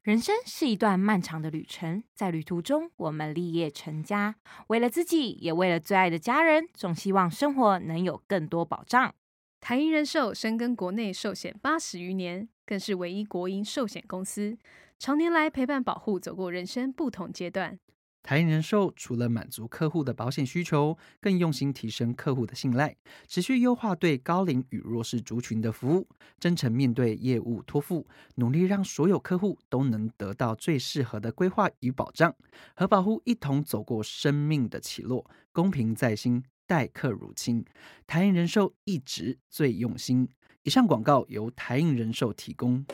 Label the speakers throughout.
Speaker 1: 人生是一段漫长的旅程，在旅途中我们立业成家，为了自己，也为了最爱的家人，总希望生活能有更多保障。
Speaker 2: 台银人寿深耕国内寿险八十余年，更是唯一国营寿险公司，常年来陪伴保护走过人生不同阶段。
Speaker 3: 台银人寿除了满足客户的保险需求，更用心提升客户的信赖，持续优化对高龄与弱势族群的服务，真诚面对业务托付，努力让所有客户都能得到最适合的规划与保障，和保护一同走过生命的起落，公平在心，待客如亲。台银人寿一直最用心。以上广告由台银人寿提供。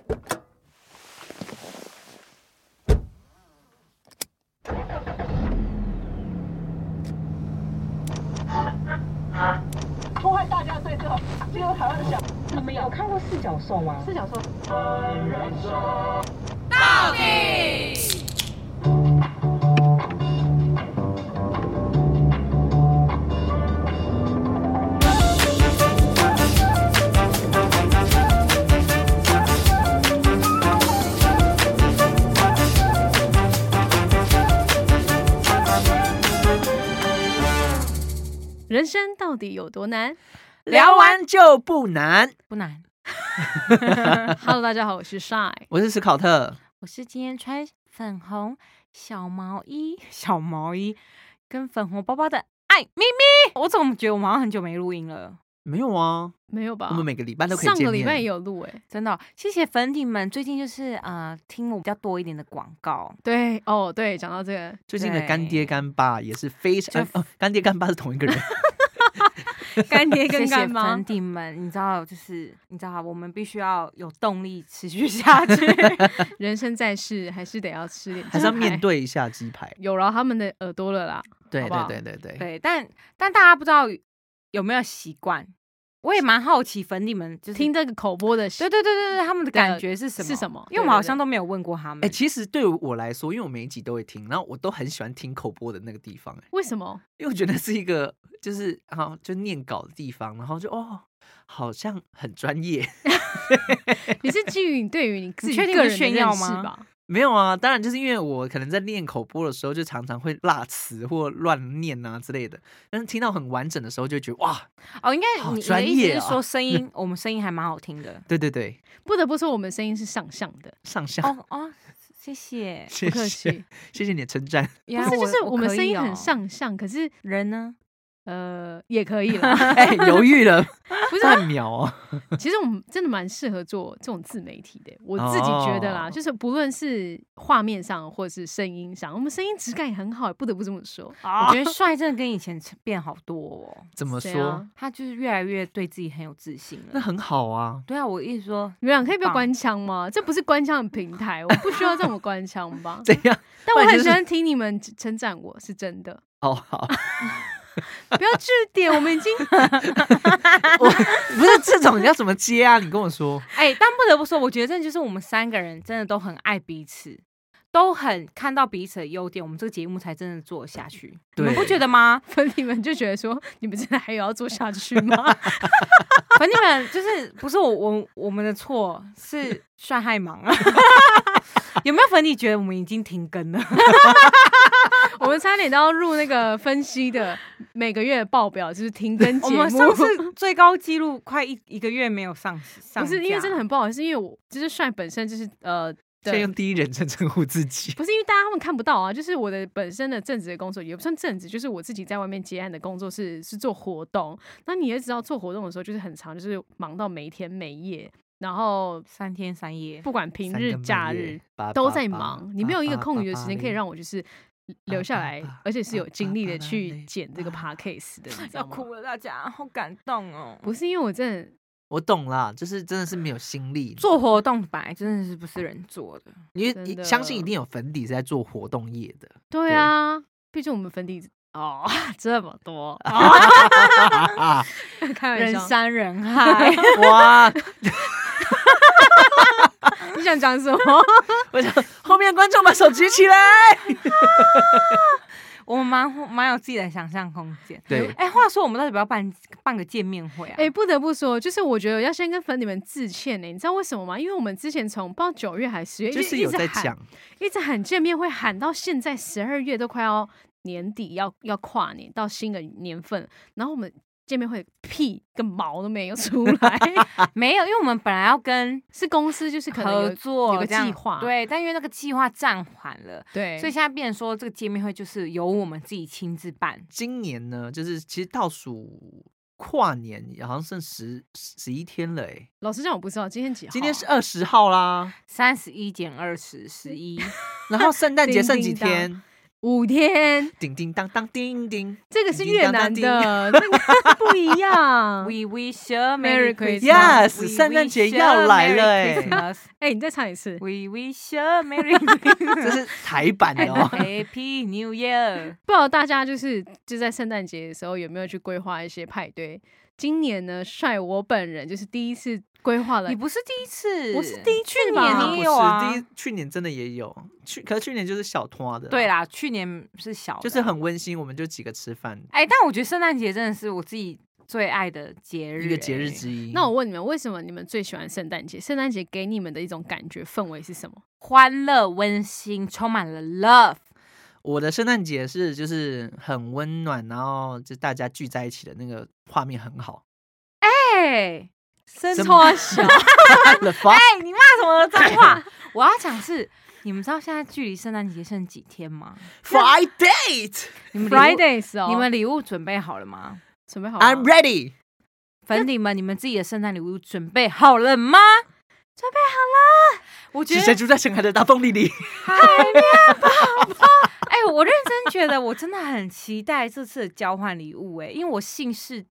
Speaker 4: 破坏大家对这个进入台湾的想。
Speaker 5: 你们有看过四角兽吗？
Speaker 4: 是想说，
Speaker 2: 人生到底有多难
Speaker 3: 聊完就不难。
Speaker 1: 不难，
Speaker 2: ？Hello，大家好，我是 Shy。
Speaker 3: 我是史考特。
Speaker 1: 我是今天穿粉红小毛衣、 小毛衣跟粉红包包的艾咪咪。我怎么觉得我们好像很久没录音了？
Speaker 3: 没有啊，
Speaker 2: 没有吧？
Speaker 3: 我们每个礼拜都可以
Speaker 2: 上
Speaker 3: 见
Speaker 2: 个礼拜
Speaker 3: 面
Speaker 2: 也有录哎、
Speaker 1: 真的哦、谢谢粉底们，最近就是呃听我比较多一点的广告，
Speaker 2: 对哦，对，讲到这个，
Speaker 3: 最近的干爹
Speaker 1: 对
Speaker 3: 干爸也是非常、
Speaker 1: 就
Speaker 3: 哦，干爹干爸是同一个人，
Speaker 2: 干爹
Speaker 1: 谢
Speaker 2: 跟
Speaker 1: 谢
Speaker 2: 干妈
Speaker 1: 粉底们，你知道就是你知道我们必须要有动力持续下去。
Speaker 2: 人生在世还是得要吃点鸡排，
Speaker 3: 还是要面对一下鸡排。
Speaker 2: 有饶他们的耳朵了啦。
Speaker 3: 对
Speaker 2: 好不好
Speaker 3: 对对对对，
Speaker 1: 对，但但大家不知道有没有习惯，我也蛮好奇粉底们就是
Speaker 2: 听这个口播的，
Speaker 1: 对对对对对，他们的
Speaker 2: 的
Speaker 1: 感觉是什么？
Speaker 2: 是什么
Speaker 1: 因为我
Speaker 2: 对
Speaker 1: 们
Speaker 2: 对
Speaker 1: 好像
Speaker 2: 对
Speaker 1: 都没有问过他们。
Speaker 3: 哎、其实对我来说，因为我每一集都会听，然后我都很喜欢听口播的那个地方、哎，
Speaker 2: 为什么？
Speaker 3: 因为我觉得是一个就是啊，就念稿的地方，然后就哦，好像很专业。
Speaker 2: 你是基于你对于你自己
Speaker 1: 确定
Speaker 2: 个
Speaker 1: 是
Speaker 2: 人的
Speaker 1: 炫耀
Speaker 2: 认识
Speaker 1: 吗
Speaker 2: 吧？
Speaker 3: 没有啊，当然就是因为我可能在念口播的时候，就常常会落词或乱念啊之类的，但是听到很完整的时候，就觉得哇，
Speaker 1: 哦，应该
Speaker 3: 好
Speaker 1: 你、
Speaker 3: 专
Speaker 1: 你的意思
Speaker 3: 业啊
Speaker 1: 是
Speaker 2: 哦
Speaker 1: 说声音，我们声音还蛮好听 的。
Speaker 3: 对对对，
Speaker 2: 不得不说，我们声音是上相的，
Speaker 3: 上下。
Speaker 1: 哦哦，谢谢。
Speaker 3: 谢
Speaker 2: 不客
Speaker 3: 谢
Speaker 2: 气。，
Speaker 3: 谢谢你的称赞。
Speaker 1: 不
Speaker 2: 不是就是
Speaker 1: 我
Speaker 2: 们
Speaker 1: 可
Speaker 2: 声
Speaker 1: 以
Speaker 2: 音很
Speaker 1: 哦
Speaker 2: 上相，可是
Speaker 1: 人呢？
Speaker 2: 呃也可以了。
Speaker 3: 哎、犹 豫了，
Speaker 2: 不是啊
Speaker 3: 半秒哦。
Speaker 2: 其实我们真的蛮适合做这种自媒体的，我自己觉得啦，
Speaker 3: 哦
Speaker 2: 就是不论是画面上或是声音上，我们声音质感也很好，不得不这么说。
Speaker 1: 我
Speaker 2: 哦
Speaker 1: 觉得帅真的跟以前变好多哦，
Speaker 3: 怎么
Speaker 2: 谁
Speaker 3: 说
Speaker 2: 啊？？
Speaker 1: 他就是越来越对自己很有自信
Speaker 3: 那
Speaker 1: 了。
Speaker 3: 很好啊。？
Speaker 1: 对啊，我一直说
Speaker 2: 你们俩可以不要
Speaker 1: 棒
Speaker 2: 官腔吗？这不是官腔的平台，我不需要这种官腔吧
Speaker 3: 怎样？
Speaker 2: 但我
Speaker 3: 不然
Speaker 2: 很
Speaker 3: 就
Speaker 2: 喜
Speaker 3: 是
Speaker 2: 欢听你们称赞我，是真的。
Speaker 3: 哦，好，
Speaker 2: 不要据点，我们已经？
Speaker 3: 我不是这种，你要怎么接啊？你跟我说，
Speaker 1: 哎、但不得不说，我觉得真的就是我们三个人真的都很爱彼此，都很看到彼此的优点，我们这个节目才真的做得下去。你们不
Speaker 3: 对
Speaker 1: 觉得吗
Speaker 2: 粉你们就觉得说，你们真的还有要做下去吗？
Speaker 1: 反正你们就是不是我我我们的错， 是帅害忙啊。有没有粉底觉得我们已经停更了？
Speaker 2: 我们差点都要入那个分析的每个月的报表，就是停更
Speaker 1: 我
Speaker 2: 节目。
Speaker 1: 们 上 次最高纪录快一一个月没有上上
Speaker 2: 不是因为
Speaker 1: 架
Speaker 2: 真的很不好意思，因为我就是帅本身就是呃
Speaker 3: 先
Speaker 2: 对
Speaker 3: 用第一人称称呼自己。
Speaker 2: 不是因为大家他们看不到啊，就是我的本身的正职的工作也不算正职，就是我自己在外面接案的工作是是做活动。那你也知道做活动的时候就是很长，就是忙到每天每夜，然后
Speaker 1: 三天三夜，
Speaker 2: 不管 平
Speaker 3: 三
Speaker 2: 日
Speaker 3: 更半
Speaker 2: 假
Speaker 3: 夜
Speaker 2: 日
Speaker 3: 八
Speaker 2: 都
Speaker 3: 八
Speaker 2: 在
Speaker 3: 八
Speaker 2: 忙，你没有一个
Speaker 3: 八
Speaker 2: 空余的
Speaker 3: 八
Speaker 2: 时间可以
Speaker 3: 零
Speaker 2: 让我就是留下
Speaker 1: 啊
Speaker 2: 来
Speaker 3: 八八，
Speaker 2: 而且是有精力的
Speaker 3: 八八
Speaker 2: 去
Speaker 3: 八
Speaker 2: 剪这个
Speaker 3: 八
Speaker 2: podcast 的，你知
Speaker 1: 要
Speaker 2: 道吗？
Speaker 1: 哭了，大家好感动哦。
Speaker 2: 不是因为我真的
Speaker 3: 我懂啦，就是真的是没有心力
Speaker 1: 做，活动本来真的是不是人做的，
Speaker 3: 因
Speaker 2: 真
Speaker 3: 为
Speaker 2: 的
Speaker 3: 相信一定有粉底是在做活动业 的。
Speaker 2: 对啊，毕竟我们粉底哦 这么 多，哦 开玩
Speaker 1: 人
Speaker 2: 笑，
Speaker 1: 山 人海。
Speaker 3: 哇！
Speaker 2: 你想讲什么？
Speaker 3: 我想后面观众把手举起来。
Speaker 1: 我们蛮蛮有自己的想象空间。
Speaker 3: 对，
Speaker 1: 哎、话说我们到底要不要办办个见面会啊？
Speaker 2: 哎、不得不说，就是我觉得要先跟粉底们致歉呢、你知道为什么吗？因为我们之前从不知道九月还是十月，
Speaker 3: 就是
Speaker 2: 一
Speaker 3: 有
Speaker 2: 直
Speaker 3: 在
Speaker 2: 喊
Speaker 3: 讲，
Speaker 2: 一直喊见面会喊到现在十二月都快要年底要要跨年到新的年份，然后我们见面会屁个毛都没有出 来，
Speaker 1: 啊没有，因为我们本来要跟
Speaker 2: 是公司就是可能有
Speaker 1: 合作
Speaker 2: 有个
Speaker 1: 这样
Speaker 2: 计划
Speaker 1: 对，但因为那个计划暂缓了，
Speaker 2: 对，
Speaker 1: 所以现在变成说这个见面会就是由我们自己亲自办。
Speaker 3: 今年呢，就是其实倒数跨年好像剩十十一天了，哎，
Speaker 2: 老实讲我不知道今天几号啊，
Speaker 3: 今天是二十 号啦，
Speaker 1: 三十一减二十，十 一。
Speaker 3: 然后圣诞节
Speaker 2: 叮
Speaker 3: 剩几
Speaker 2: 叮当
Speaker 3: 天？
Speaker 2: 五天，
Speaker 3: 叮叮当当叮叮，
Speaker 2: 这个是
Speaker 3: 叮
Speaker 2: 越
Speaker 3: 当当
Speaker 2: 南的，那个不一样。
Speaker 1: We wish you a Merry
Speaker 2: Merry Christmas.
Speaker 1: Christmas.
Speaker 3: Yes，
Speaker 1: We
Speaker 3: 圣诞
Speaker 1: wish
Speaker 3: 节
Speaker 1: you
Speaker 3: 要
Speaker 1: a
Speaker 3: 来
Speaker 1: Merry
Speaker 3: 了欸
Speaker 1: Christmas.
Speaker 2: 哎、你再唱一次，
Speaker 1: We wish you a Merry Christmas.
Speaker 3: 这是台版的
Speaker 2: 啊
Speaker 3: 哦。
Speaker 1: Happy New Year！
Speaker 2: 不知道大家就是就在圣诞节的时候有没有去规划一些派对？今年呢，帅我本人就是第一次规划了
Speaker 1: 你，不是第一次，
Speaker 2: 我是第一次
Speaker 1: 去
Speaker 2: 吧
Speaker 1: 年你也有
Speaker 3: 不
Speaker 1: 啊
Speaker 3: 是第一，去年真的也有，去可是去年就是小拖
Speaker 2: 啊
Speaker 3: 的，
Speaker 1: 对，啦，去年是小的，
Speaker 3: 就是很温馨，我们就几个吃饭，
Speaker 1: 哎，但我觉得圣诞节真的是我自己最爱的节日，欸
Speaker 3: 一个节日之一。
Speaker 2: 那我问你们，为什么你们最喜欢圣诞节？圣诞节给你们的一种感觉氛围是什么？
Speaker 1: 欢乐、温馨，充满了 love。
Speaker 3: 我的圣诞节是就是很温暖，然后就大家聚在一起的那个画面很好。
Speaker 1: 哎，生
Speaker 3: 什
Speaker 1: 错小，
Speaker 3: The fuck？
Speaker 1: 哎，你骂什么 脏话？我要讲是，你们知道现在距离圣诞节剩几天吗
Speaker 3: Friday，I'm
Speaker 1: 你们礼物
Speaker 2: Fridays 哦，
Speaker 1: 你们礼物准备好了吗？
Speaker 2: 准备好
Speaker 1: 啊
Speaker 2: 了吗
Speaker 3: ready。
Speaker 1: 粉底们，你们自己的圣诞礼物准备好了吗？准备好了。我觉
Speaker 3: 是
Speaker 1: 得
Speaker 3: 谁住在深海的大风 里里？
Speaker 1: 海绵宝宝。 哎、我认真觉得，我真的很期待这次的交换礼物、哎，因为我姓氏，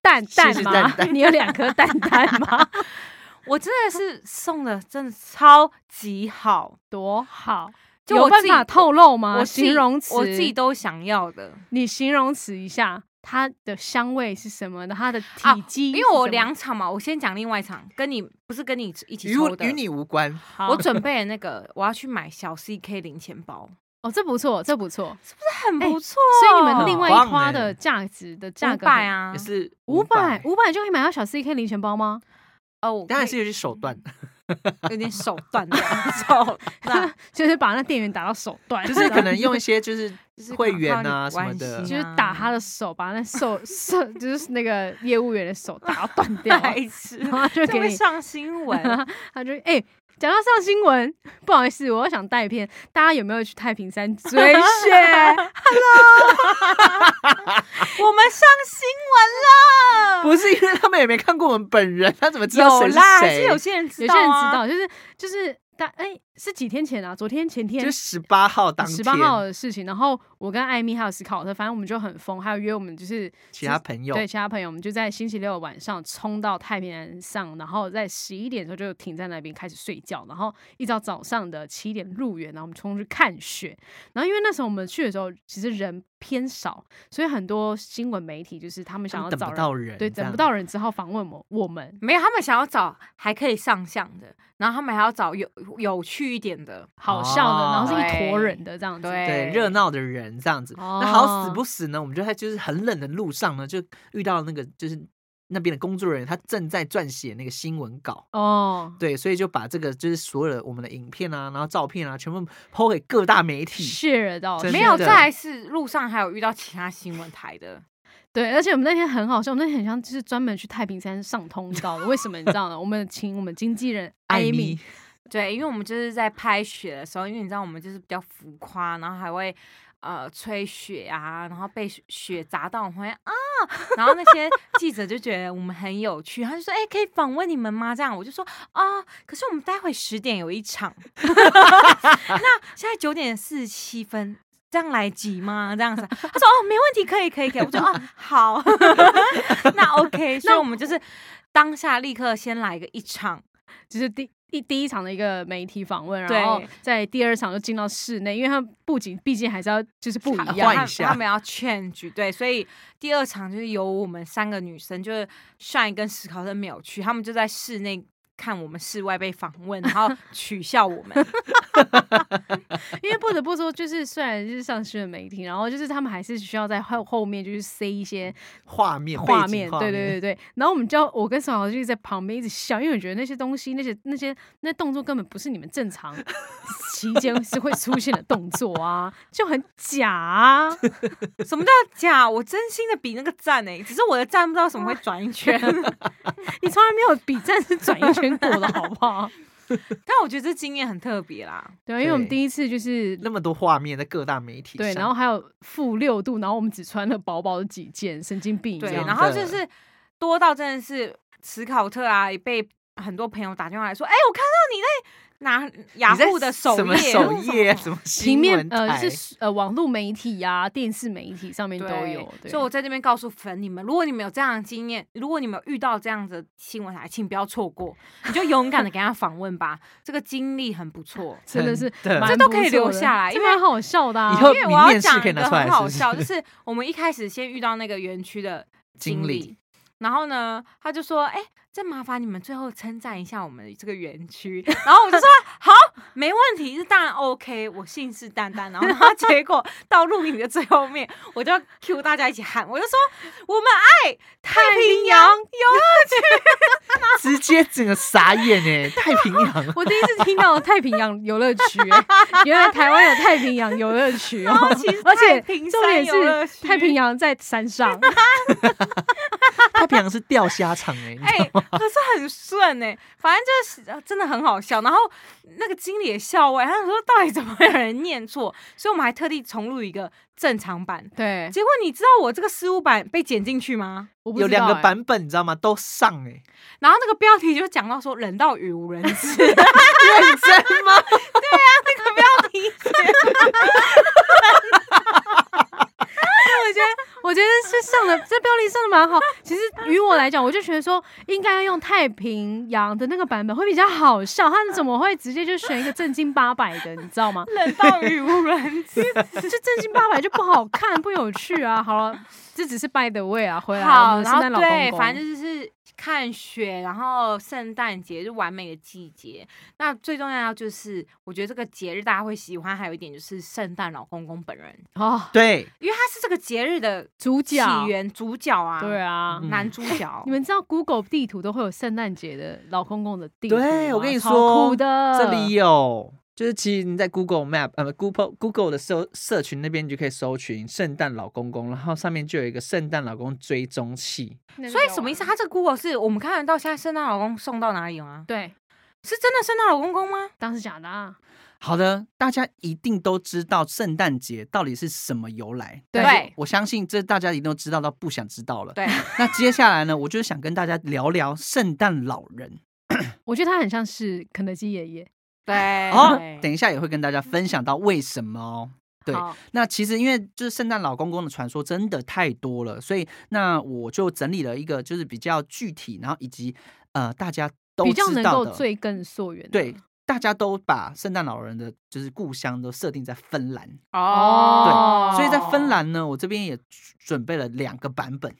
Speaker 2: 蛋
Speaker 3: 是
Speaker 2: 蛋
Speaker 3: 是
Speaker 2: 吗？
Speaker 3: 蛋蛋
Speaker 2: 你有两颗蛋蛋吗？
Speaker 1: 我真的是送的真的超级好，
Speaker 2: 多好，
Speaker 1: 就
Speaker 2: 有
Speaker 1: 我
Speaker 2: 办
Speaker 1: 自己
Speaker 2: 法透露吗？
Speaker 1: 我自己
Speaker 2: 啊形容词，
Speaker 1: 我自己，都想要的。
Speaker 2: 你形容词一下，它的香味是什么？它的
Speaker 1: 啊
Speaker 2: 体积、
Speaker 1: 因为我两，场嘛，我先讲另外一场，跟你不是跟你一起
Speaker 3: 与
Speaker 1: 抽
Speaker 3: 我
Speaker 1: 的，
Speaker 3: 与你无关。
Speaker 1: 我
Speaker 2: 我
Speaker 1: 准备了那个，我要去买小 CK 零钱包，
Speaker 2: 哦，这不错，这不错。
Speaker 1: 这很不错、
Speaker 2: 哎所以你们另外一
Speaker 3: 很棒
Speaker 2: 花
Speaker 3: 欸
Speaker 2: 的价值的价
Speaker 1: 五
Speaker 2: 格
Speaker 1: 百，啊
Speaker 3: 也，是
Speaker 2: 五百五百就可以买到小 CK 零钱包吗？
Speaker 1: 哦，我
Speaker 3: 当然
Speaker 1: 可
Speaker 3: 是啊
Speaker 1: 以
Speaker 3: 有些
Speaker 2: 嗯
Speaker 3: 手段，
Speaker 1: 有点 手段的手段，
Speaker 2: 就是把那店员打到手断，
Speaker 3: 就是可能用一些就是
Speaker 1: 就是
Speaker 3: 会
Speaker 1: 靠
Speaker 3: 员
Speaker 1: 靠
Speaker 3: 啊
Speaker 1: 你
Speaker 3: 什么
Speaker 1: 关
Speaker 3: 的
Speaker 1: 系
Speaker 2: 就是打他的手，把那手手就是那个业务员的手打到断 掉，
Speaker 1: 白痴，
Speaker 2: 然后就
Speaker 1: 哎这
Speaker 2: 给
Speaker 1: 会
Speaker 2: 你，
Speaker 1: 上新 闻。
Speaker 2: 他就哎。讲到上新闻，不好意思，我要想带片。大家有没有去太平山追雪？
Speaker 1: 我们上新闻了，
Speaker 3: 不是因为他们也没看过我们本人，他怎么知道
Speaker 1: 有
Speaker 3: 谁是
Speaker 1: 啦，还是
Speaker 3: 谁？
Speaker 1: 有些人知
Speaker 2: 有
Speaker 1: 道、
Speaker 2: 些
Speaker 1: 啊，
Speaker 2: 人知道，就是就是大哎、是几天前啊？昨天前天
Speaker 3: 就十八号当天，
Speaker 2: 十八号的事情。然后我跟艾米还有斯考特，反正我们就很疯，还有约我们就是
Speaker 3: 其他朋友
Speaker 2: 对其他朋友，我们就在星期六晚上冲到太平洋上，然后在十一点的时候就停在那边开始睡觉，然后一直到早上的七点入园，然后我们冲去看雪。然后因为那时候我们去的时候，其实人偏少，所以很多新闻媒体就是他们
Speaker 3: 他
Speaker 2: 想
Speaker 3: 们
Speaker 2: 要
Speaker 3: 等
Speaker 2: 找人，
Speaker 3: 不到人，
Speaker 2: 对，
Speaker 3: 这
Speaker 2: 等不
Speaker 3: 样
Speaker 2: 到人，只好访问我我们。
Speaker 1: 没有，他们想要找还可以上相的，然后他们还要找有有趣一点的。
Speaker 2: 好笑的，然后是一坨
Speaker 1: 对
Speaker 2: 人哦的这样子，
Speaker 1: 对
Speaker 3: 哦对热闹的人这样子。那好死不死呢，我们就在就是很冷的路上呢，就遇到那个就是那边的工作人员，他正在撰写那个新闻稿。
Speaker 2: 哦，
Speaker 3: 对，所以就把这个就是所有的我们的影片啊，然后照片啊，全部抛给各大媒体。
Speaker 2: ，share 到
Speaker 3: 真的
Speaker 1: 没有，
Speaker 3: 在
Speaker 1: 再来是路上还有遇到其他新闻台的，
Speaker 2: 对，而且我们那天很好笑，我们那天很像就是专门去太平山上通道的。为什么你知道呢？我们请我们经纪 人艾米，
Speaker 1: 对，因为我们就是在拍雪的时候，因为你知道我们就是比较浮夸，然后还会呃吹雪啊，然后被雪雪砸到，我们会啊，然后那些记者就觉得我们很有趣，他就说：“哎、可以访问你们吗？”这样我就说：“啊，可是我们待会十点有一场， 那现在九点四十七分。”这样来及吗？这样子，他说哦，没问题，可以，可以，可以。我就哦，好， 那 OK。所以我们就是当下立刻先来个一场，
Speaker 2: 就是第第第一场的一个媒体访问，
Speaker 1: 对
Speaker 2: 然后在第二场就进到室内，因为他们布景毕竟还是要就是不一
Speaker 3: 换
Speaker 2: 样
Speaker 1: 他
Speaker 3: 一。下
Speaker 1: 他们要 change 对，所以第二场就是由我们三个女生，就是上一跟史考特没有去，他们就在室内看我们室外被访问，然后取笑我们。
Speaker 2: 因为不得不说，就是虽然就是上新闻媒体，然后就是他们还是需要在后后面就是塞一些
Speaker 6: 画面背景
Speaker 2: 画面，对对对对。然后我们就要我跟沈老师就一直在旁边一直笑，因为我觉得那些东西、那些那些那动作根本不是你们 正常期间是会出现的动作啊，就很假啊。
Speaker 1: 什么叫假？我真心的比那个赞哎、只是我的赞不知道什么会转一圈。
Speaker 2: 你从来没有比战是转一圈过的好不好？
Speaker 1: 但我觉得这经验很特别啦，
Speaker 2: 对啊，因为我们
Speaker 6: 对
Speaker 2: 第一次就是
Speaker 6: 那么多画面在各大媒体
Speaker 2: 对，
Speaker 6: 上
Speaker 2: 然后还有负六度，然后我们只穿了薄薄的几件，神经病一
Speaker 1: 对，
Speaker 2: 样
Speaker 1: 然后就是多到真的是史考特啊，也被很多朋友打电话来说，哎、我看到你在拿雅
Speaker 6: 你在
Speaker 1: 虎的首
Speaker 6: 什么
Speaker 1: 页，
Speaker 6: 首页
Speaker 1: 那 种
Speaker 6: 什么
Speaker 2: 平
Speaker 6: 新
Speaker 2: 面
Speaker 6: 闻
Speaker 2: 呃
Speaker 6: 台
Speaker 2: 是呃网络媒体呀、电视媒体上面都
Speaker 1: 对
Speaker 2: 有，对
Speaker 1: 所以我在这边告诉粉你们，如果你们有这样的经验，如果你们有遇到这样子的新闻台，请不要错过，你就勇敢的给他访问吧，这个经历很不错。
Speaker 2: 真的是
Speaker 6: 真的
Speaker 2: 蛮
Speaker 1: 这都
Speaker 2: 不
Speaker 1: 可以
Speaker 2: 错
Speaker 1: 留
Speaker 2: 的
Speaker 1: 下来
Speaker 2: 这
Speaker 1: 因为
Speaker 2: 蛮好笑的啊
Speaker 6: 以。后
Speaker 1: 呃因为
Speaker 6: 你
Speaker 1: 我要
Speaker 6: 面试
Speaker 1: 讲
Speaker 6: 可以
Speaker 1: 一
Speaker 6: 拿
Speaker 1: 个
Speaker 6: 出来
Speaker 1: 很好
Speaker 6: 是不是
Speaker 1: 笑，就是我们一开始先遇到那个园区的经
Speaker 6: 经理
Speaker 1: 理，然后呢，他就说：“哎、再麻烦你们最后称赞一下我们这个园区。”然后我就说：“好，没问题，这当然 OK，我信誓旦旦。”然后他 结果到录影的最后面，我就要 Q 大家一起喊，我就说：“我们爱太平洋有
Speaker 6: 直接整个傻眼哎，太平洋
Speaker 2: 我第一次听到太平洋游乐区、欸原来台湾有太平洋游乐区哦、
Speaker 1: 其实
Speaker 2: 而且
Speaker 1: 太平
Speaker 2: 重
Speaker 1: 山
Speaker 2: 点
Speaker 1: 游乐
Speaker 2: 是
Speaker 1: 区
Speaker 2: 太平洋在山 上，
Speaker 6: 太平洋是钓虾场哎，
Speaker 1: 哎、可是很顺哎、反正就是呃真的很好笑。然后那个经理也笑歪，他想说到底怎么会有人念错，所以我们还特地重录一个正常版。
Speaker 2: 对，
Speaker 1: 结果你知道我这个失误版被剪进去吗？
Speaker 2: 我不
Speaker 6: 有
Speaker 2: 知道
Speaker 6: 两个
Speaker 2: 欸，
Speaker 6: 版本你知道吗？都上哎，
Speaker 1: 然后那个标题就讲到说“人到语无伦次”，认真吗？ 对啊，那个标题写
Speaker 2: 我觉得是上的这标题上的蛮好。其实于我来讲，我就觉得说应该要用太平洋的那个版本会比较好笑。他们怎么会直接就选一个正经八百的，你知道吗？
Speaker 1: “人到语无伦次
Speaker 2: 就正经八百就不好看，不有趣啊。好了，这只是 by the way 啊，”。回来我
Speaker 1: 好，
Speaker 2: 们的
Speaker 1: 然后
Speaker 2: 圣诞老公
Speaker 1: 对，
Speaker 2: 公
Speaker 1: 反正就是看雪，然后圣诞节就完美的季节。那最重要就是，我觉得这个节日大家会喜欢，还有一点就是圣诞老公公本人，
Speaker 2: 哦，
Speaker 6: 对，
Speaker 1: 因为他是这个节日的
Speaker 2: 主
Speaker 1: 起
Speaker 2: 角
Speaker 1: 源主角啊，
Speaker 2: 对啊。
Speaker 6: 嗯
Speaker 1: 男主角
Speaker 2: 你。们知道 Google 地图都会有圣诞节的老公公的地图吗
Speaker 6: 对我跟你
Speaker 2: 超
Speaker 6: 说
Speaker 2: 酷的
Speaker 6: 这里有，就是其实你在 Google Map 呃不 Google Google 的搜社群那边，你就可以搜寻圣诞老公公，然后上面就有一个圣诞老公追踪器，
Speaker 1: 所以什么意思？他这个 Google 是我们看得到现在圣诞老公送到哪里吗？
Speaker 2: 对，
Speaker 1: 是真的圣诞老公公吗？
Speaker 2: 当时假的啊，
Speaker 3: 好的，大家一定都知道圣诞节到底是什么由来。
Speaker 2: 对
Speaker 3: 但是我相信这大家一定都知道到不想知道了。
Speaker 1: 对，
Speaker 3: 那接下来呢，我就是想跟大家聊聊圣诞老人。
Speaker 2: 我觉得他很像是肯德基爷爷。
Speaker 1: 对，
Speaker 2: 哎
Speaker 3: 哦，等一下也会跟大家分享到为什么哦。对
Speaker 2: 好
Speaker 3: 那其实因为就是圣诞老公公的传说真的太多了，所以那我就整理了一个就是比较具体，然后以及呃大家都
Speaker 2: 比较
Speaker 3: 知
Speaker 2: 能
Speaker 3: 道
Speaker 2: 够
Speaker 3: 的
Speaker 2: 追根溯源的。
Speaker 3: 对。大家都把圣诞老人的就是故乡都设定在芬兰，
Speaker 1: 哦，
Speaker 3: 所以在芬兰呢，我这边也准备了两个版本，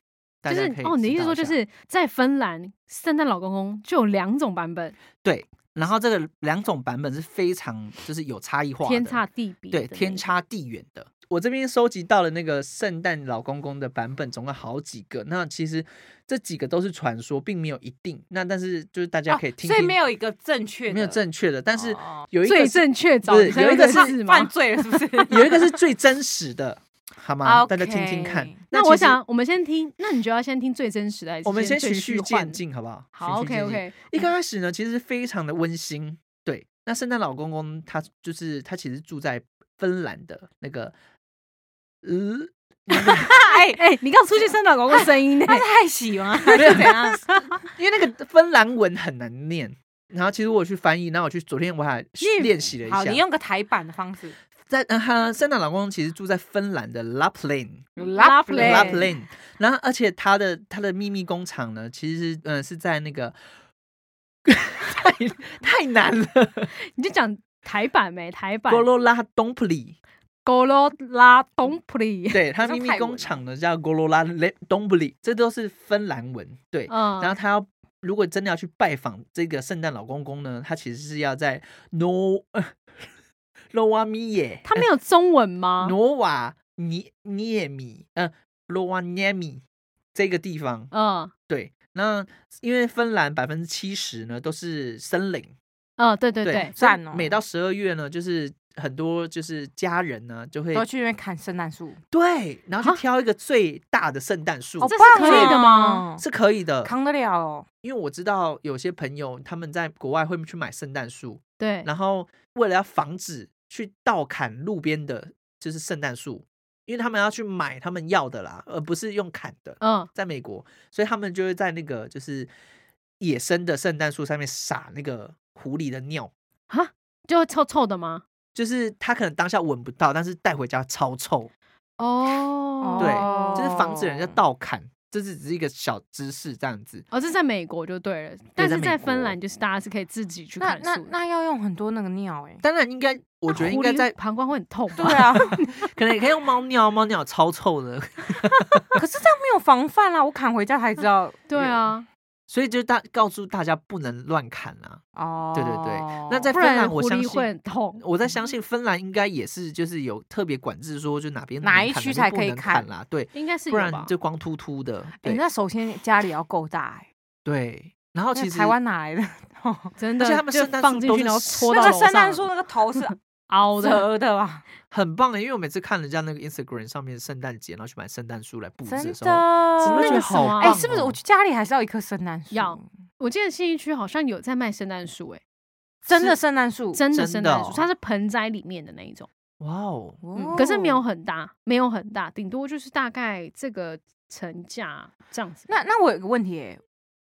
Speaker 3: 大
Speaker 2: 就
Speaker 3: 家
Speaker 2: 是
Speaker 3: 可以
Speaker 2: 哦，你的意思
Speaker 3: 知道
Speaker 2: 说
Speaker 3: 一
Speaker 2: 就
Speaker 3: 下
Speaker 2: 是在芬兰，圣诞老公公就有两种版本，
Speaker 3: 对，然后这个两种版本是非常就是有差异化的，
Speaker 2: 天差地别的那
Speaker 3: 对
Speaker 2: 种。
Speaker 3: 天差地远的。我这边收集到了那个圣诞老公公的版本，总共好几个。那其实这几个都是传说，并没有一定。那但是就是大
Speaker 2: 哦
Speaker 3: 家可以听
Speaker 1: 哦所以
Speaker 3: 听，
Speaker 1: 没有一个正确的，
Speaker 3: 没有正确的，但是
Speaker 1: 哦
Speaker 3: 有一个
Speaker 2: 最
Speaker 3: 是
Speaker 2: 正确找
Speaker 3: 不是
Speaker 2: 才
Speaker 3: 有一
Speaker 2: 用
Speaker 3: 个
Speaker 2: 这
Speaker 3: 哎是
Speaker 2: 字吗
Speaker 1: 犯？罪了，是不是？
Speaker 3: 有一个是最真实的，好吗？大家听听看
Speaker 1: OK。
Speaker 2: 那我
Speaker 3: 其实
Speaker 2: 想，我们先听，那你就要先听最真实的，还是
Speaker 3: 我们先
Speaker 2: 最
Speaker 3: 循
Speaker 2: 虚
Speaker 3: 序
Speaker 2: 幻
Speaker 3: 渐
Speaker 2: 的？
Speaker 3: 进，好不好？
Speaker 2: 好
Speaker 3: 循序渐进
Speaker 2: ，OK，OK 嗯
Speaker 3: 一刚开始呢，其实非常的温馨。对，那圣诞老公公他就是他其实住在芬兰的那个，呃，
Speaker 1: 哎，
Speaker 2: 哎，你刚出 去圣诞老公公声音 呢？
Speaker 1: 他是害喜吗？还是怎样？
Speaker 3: 因为那个芬兰文很难念。然后其实我有去翻译，然后我去昨天我还练习了一
Speaker 1: 好，
Speaker 3: 下
Speaker 1: 你。用个台版的方式
Speaker 3: 在嗯哈，圣诞老公公其实住在芬兰的 Lapland。
Speaker 2: Lovely 对
Speaker 3: Lapland，然后而且他的他的秘密工厂呢，其实嗯、呃、是在那个 太太难了，
Speaker 2: 你就讲台版没台版
Speaker 3: 格罗拉东普里，
Speaker 2: g 罗拉东普里，
Speaker 3: 对，它
Speaker 1: 像
Speaker 3: 秘密
Speaker 1: 泰
Speaker 3: 工
Speaker 1: 文
Speaker 3: 厂呢叫 Golola Dombli，这都是芬兰文。对，
Speaker 2: 嗯，
Speaker 3: 然后他要如果真的要 去拜访这个圣诞老公公呢，他其实是要在 No 罗瓦米耶，
Speaker 2: 他没有中文 吗？
Speaker 3: 罗瓦涅涅米，呃，罗瓦涅米这个地方，
Speaker 2: 嗯
Speaker 3: 对，那因为芬兰百分之七十呢都是森林，
Speaker 2: 嗯，对对
Speaker 3: 对
Speaker 2: 对，
Speaker 3: 所以
Speaker 1: 赞哦
Speaker 3: 每到十二月呢，就是很多就是家人呢就会
Speaker 1: 都去那边砍圣诞树，
Speaker 3: 对，然后
Speaker 2: 啊
Speaker 3: 去挑一个最大的圣诞树，
Speaker 1: 好
Speaker 2: 哦这是
Speaker 1: 棒
Speaker 2: 可以的
Speaker 1: 哦
Speaker 2: 吗？
Speaker 3: 是可以的，
Speaker 1: 扛得了哦，
Speaker 3: 因为我知道有些朋友他们在国外会去买圣诞树，
Speaker 2: 对，
Speaker 3: 然后为了要防止去盗砍路边的，就是圣诞树，因为他们要去买他们要的啦，而不是用砍的。
Speaker 2: 嗯，
Speaker 3: 在美国，所以他们就会在那个就是野生的圣诞树上面撒那个狐狸的尿，
Speaker 2: 哈，就臭臭的吗？
Speaker 3: 就是他可能当下闻不到，但是带回家超臭，
Speaker 2: 哦，
Speaker 3: 对
Speaker 1: 哦
Speaker 3: 就是防止人家盗砍。这是只是一个小知识，这样子。
Speaker 2: 哦，这在美国就对了，但
Speaker 3: 在
Speaker 2: 是
Speaker 3: 美
Speaker 2: 在芬
Speaker 3: 国
Speaker 2: 兰就是大家是可以自己去
Speaker 1: 那
Speaker 2: 看
Speaker 1: 那
Speaker 2: 树的。
Speaker 1: 那要用很多那个尿 哎，
Speaker 3: 当然应该，我
Speaker 2: 那
Speaker 3: 觉得应
Speaker 2: 狐
Speaker 3: 该
Speaker 2: 狸
Speaker 3: 在，
Speaker 2: 膀胱会很痛吧。
Speaker 1: 对啊，
Speaker 3: 可能也可以用猫尿，猫尿超臭 的。
Speaker 1: 可是这样没有防范啊啦，我砍回家才知道
Speaker 2: 对啊，
Speaker 3: 所以就是大告诉大家不能乱砍啊。
Speaker 1: 哦。
Speaker 3: 对对对那在
Speaker 2: 不
Speaker 3: 芬
Speaker 2: 然
Speaker 3: 兰我
Speaker 2: 狐
Speaker 3: 相
Speaker 2: 狸
Speaker 3: 信
Speaker 2: 会很痛。
Speaker 3: 我在相信
Speaker 1: 嗯
Speaker 3: 芬兰应该也是，就是有特别管制，说就哪边
Speaker 1: 哪
Speaker 3: 能
Speaker 1: 一
Speaker 3: 砍
Speaker 1: 区
Speaker 3: 哪边
Speaker 1: 才
Speaker 3: 不
Speaker 1: 可以
Speaker 3: 能
Speaker 1: 砍
Speaker 3: 砍啦。对，
Speaker 2: 应该是
Speaker 3: 不
Speaker 2: 有
Speaker 3: 然
Speaker 2: 吧
Speaker 3: 就光秃秃的。
Speaker 1: 哎，
Speaker 3: 对
Speaker 1: 那首先家里要够大哎，
Speaker 3: 对，然后
Speaker 1: 那
Speaker 3: 哦其实
Speaker 1: 台湾哪来的？
Speaker 2: 真
Speaker 3: 而
Speaker 2: 的，
Speaker 3: 且他们
Speaker 2: 就
Speaker 3: 圣诞树
Speaker 2: 放进
Speaker 3: 都
Speaker 2: 去
Speaker 3: 是
Speaker 2: 然后拖
Speaker 3: 那
Speaker 1: 那
Speaker 2: 到
Speaker 3: 个
Speaker 1: 个
Speaker 2: 楼
Speaker 1: 圣诞
Speaker 2: 上
Speaker 1: 树那个 头是
Speaker 2: 凹的，
Speaker 1: 折的吧？
Speaker 3: 很棒的，欸因为我每次看人家那个 Instagram 上面圣诞节，然后去买圣诞树来布置
Speaker 1: 真
Speaker 3: 的
Speaker 1: 的，
Speaker 3: 时候，真的
Speaker 2: 那
Speaker 3: 觉
Speaker 2: 个
Speaker 3: 得
Speaker 2: 什
Speaker 3: 好
Speaker 2: 么
Speaker 3: 棒、哦
Speaker 2: 哎
Speaker 1: 哎，是不是？我去家里还是要一棵圣诞树，
Speaker 2: 要我记得信义区好像有在卖圣诞树，哎，
Speaker 1: 真的圣诞树，
Speaker 2: 真的
Speaker 3: 真
Speaker 2: 圣
Speaker 3: 的
Speaker 2: 诞树
Speaker 3: 哦，
Speaker 2: 它是盆栽里面的那一种，
Speaker 3: 哇哦，
Speaker 2: 嗯，可是没有
Speaker 1: 哦。
Speaker 2: 很大，没有很大，顶多就是大概这个层架这样子。
Speaker 1: 那那我有个问题哎，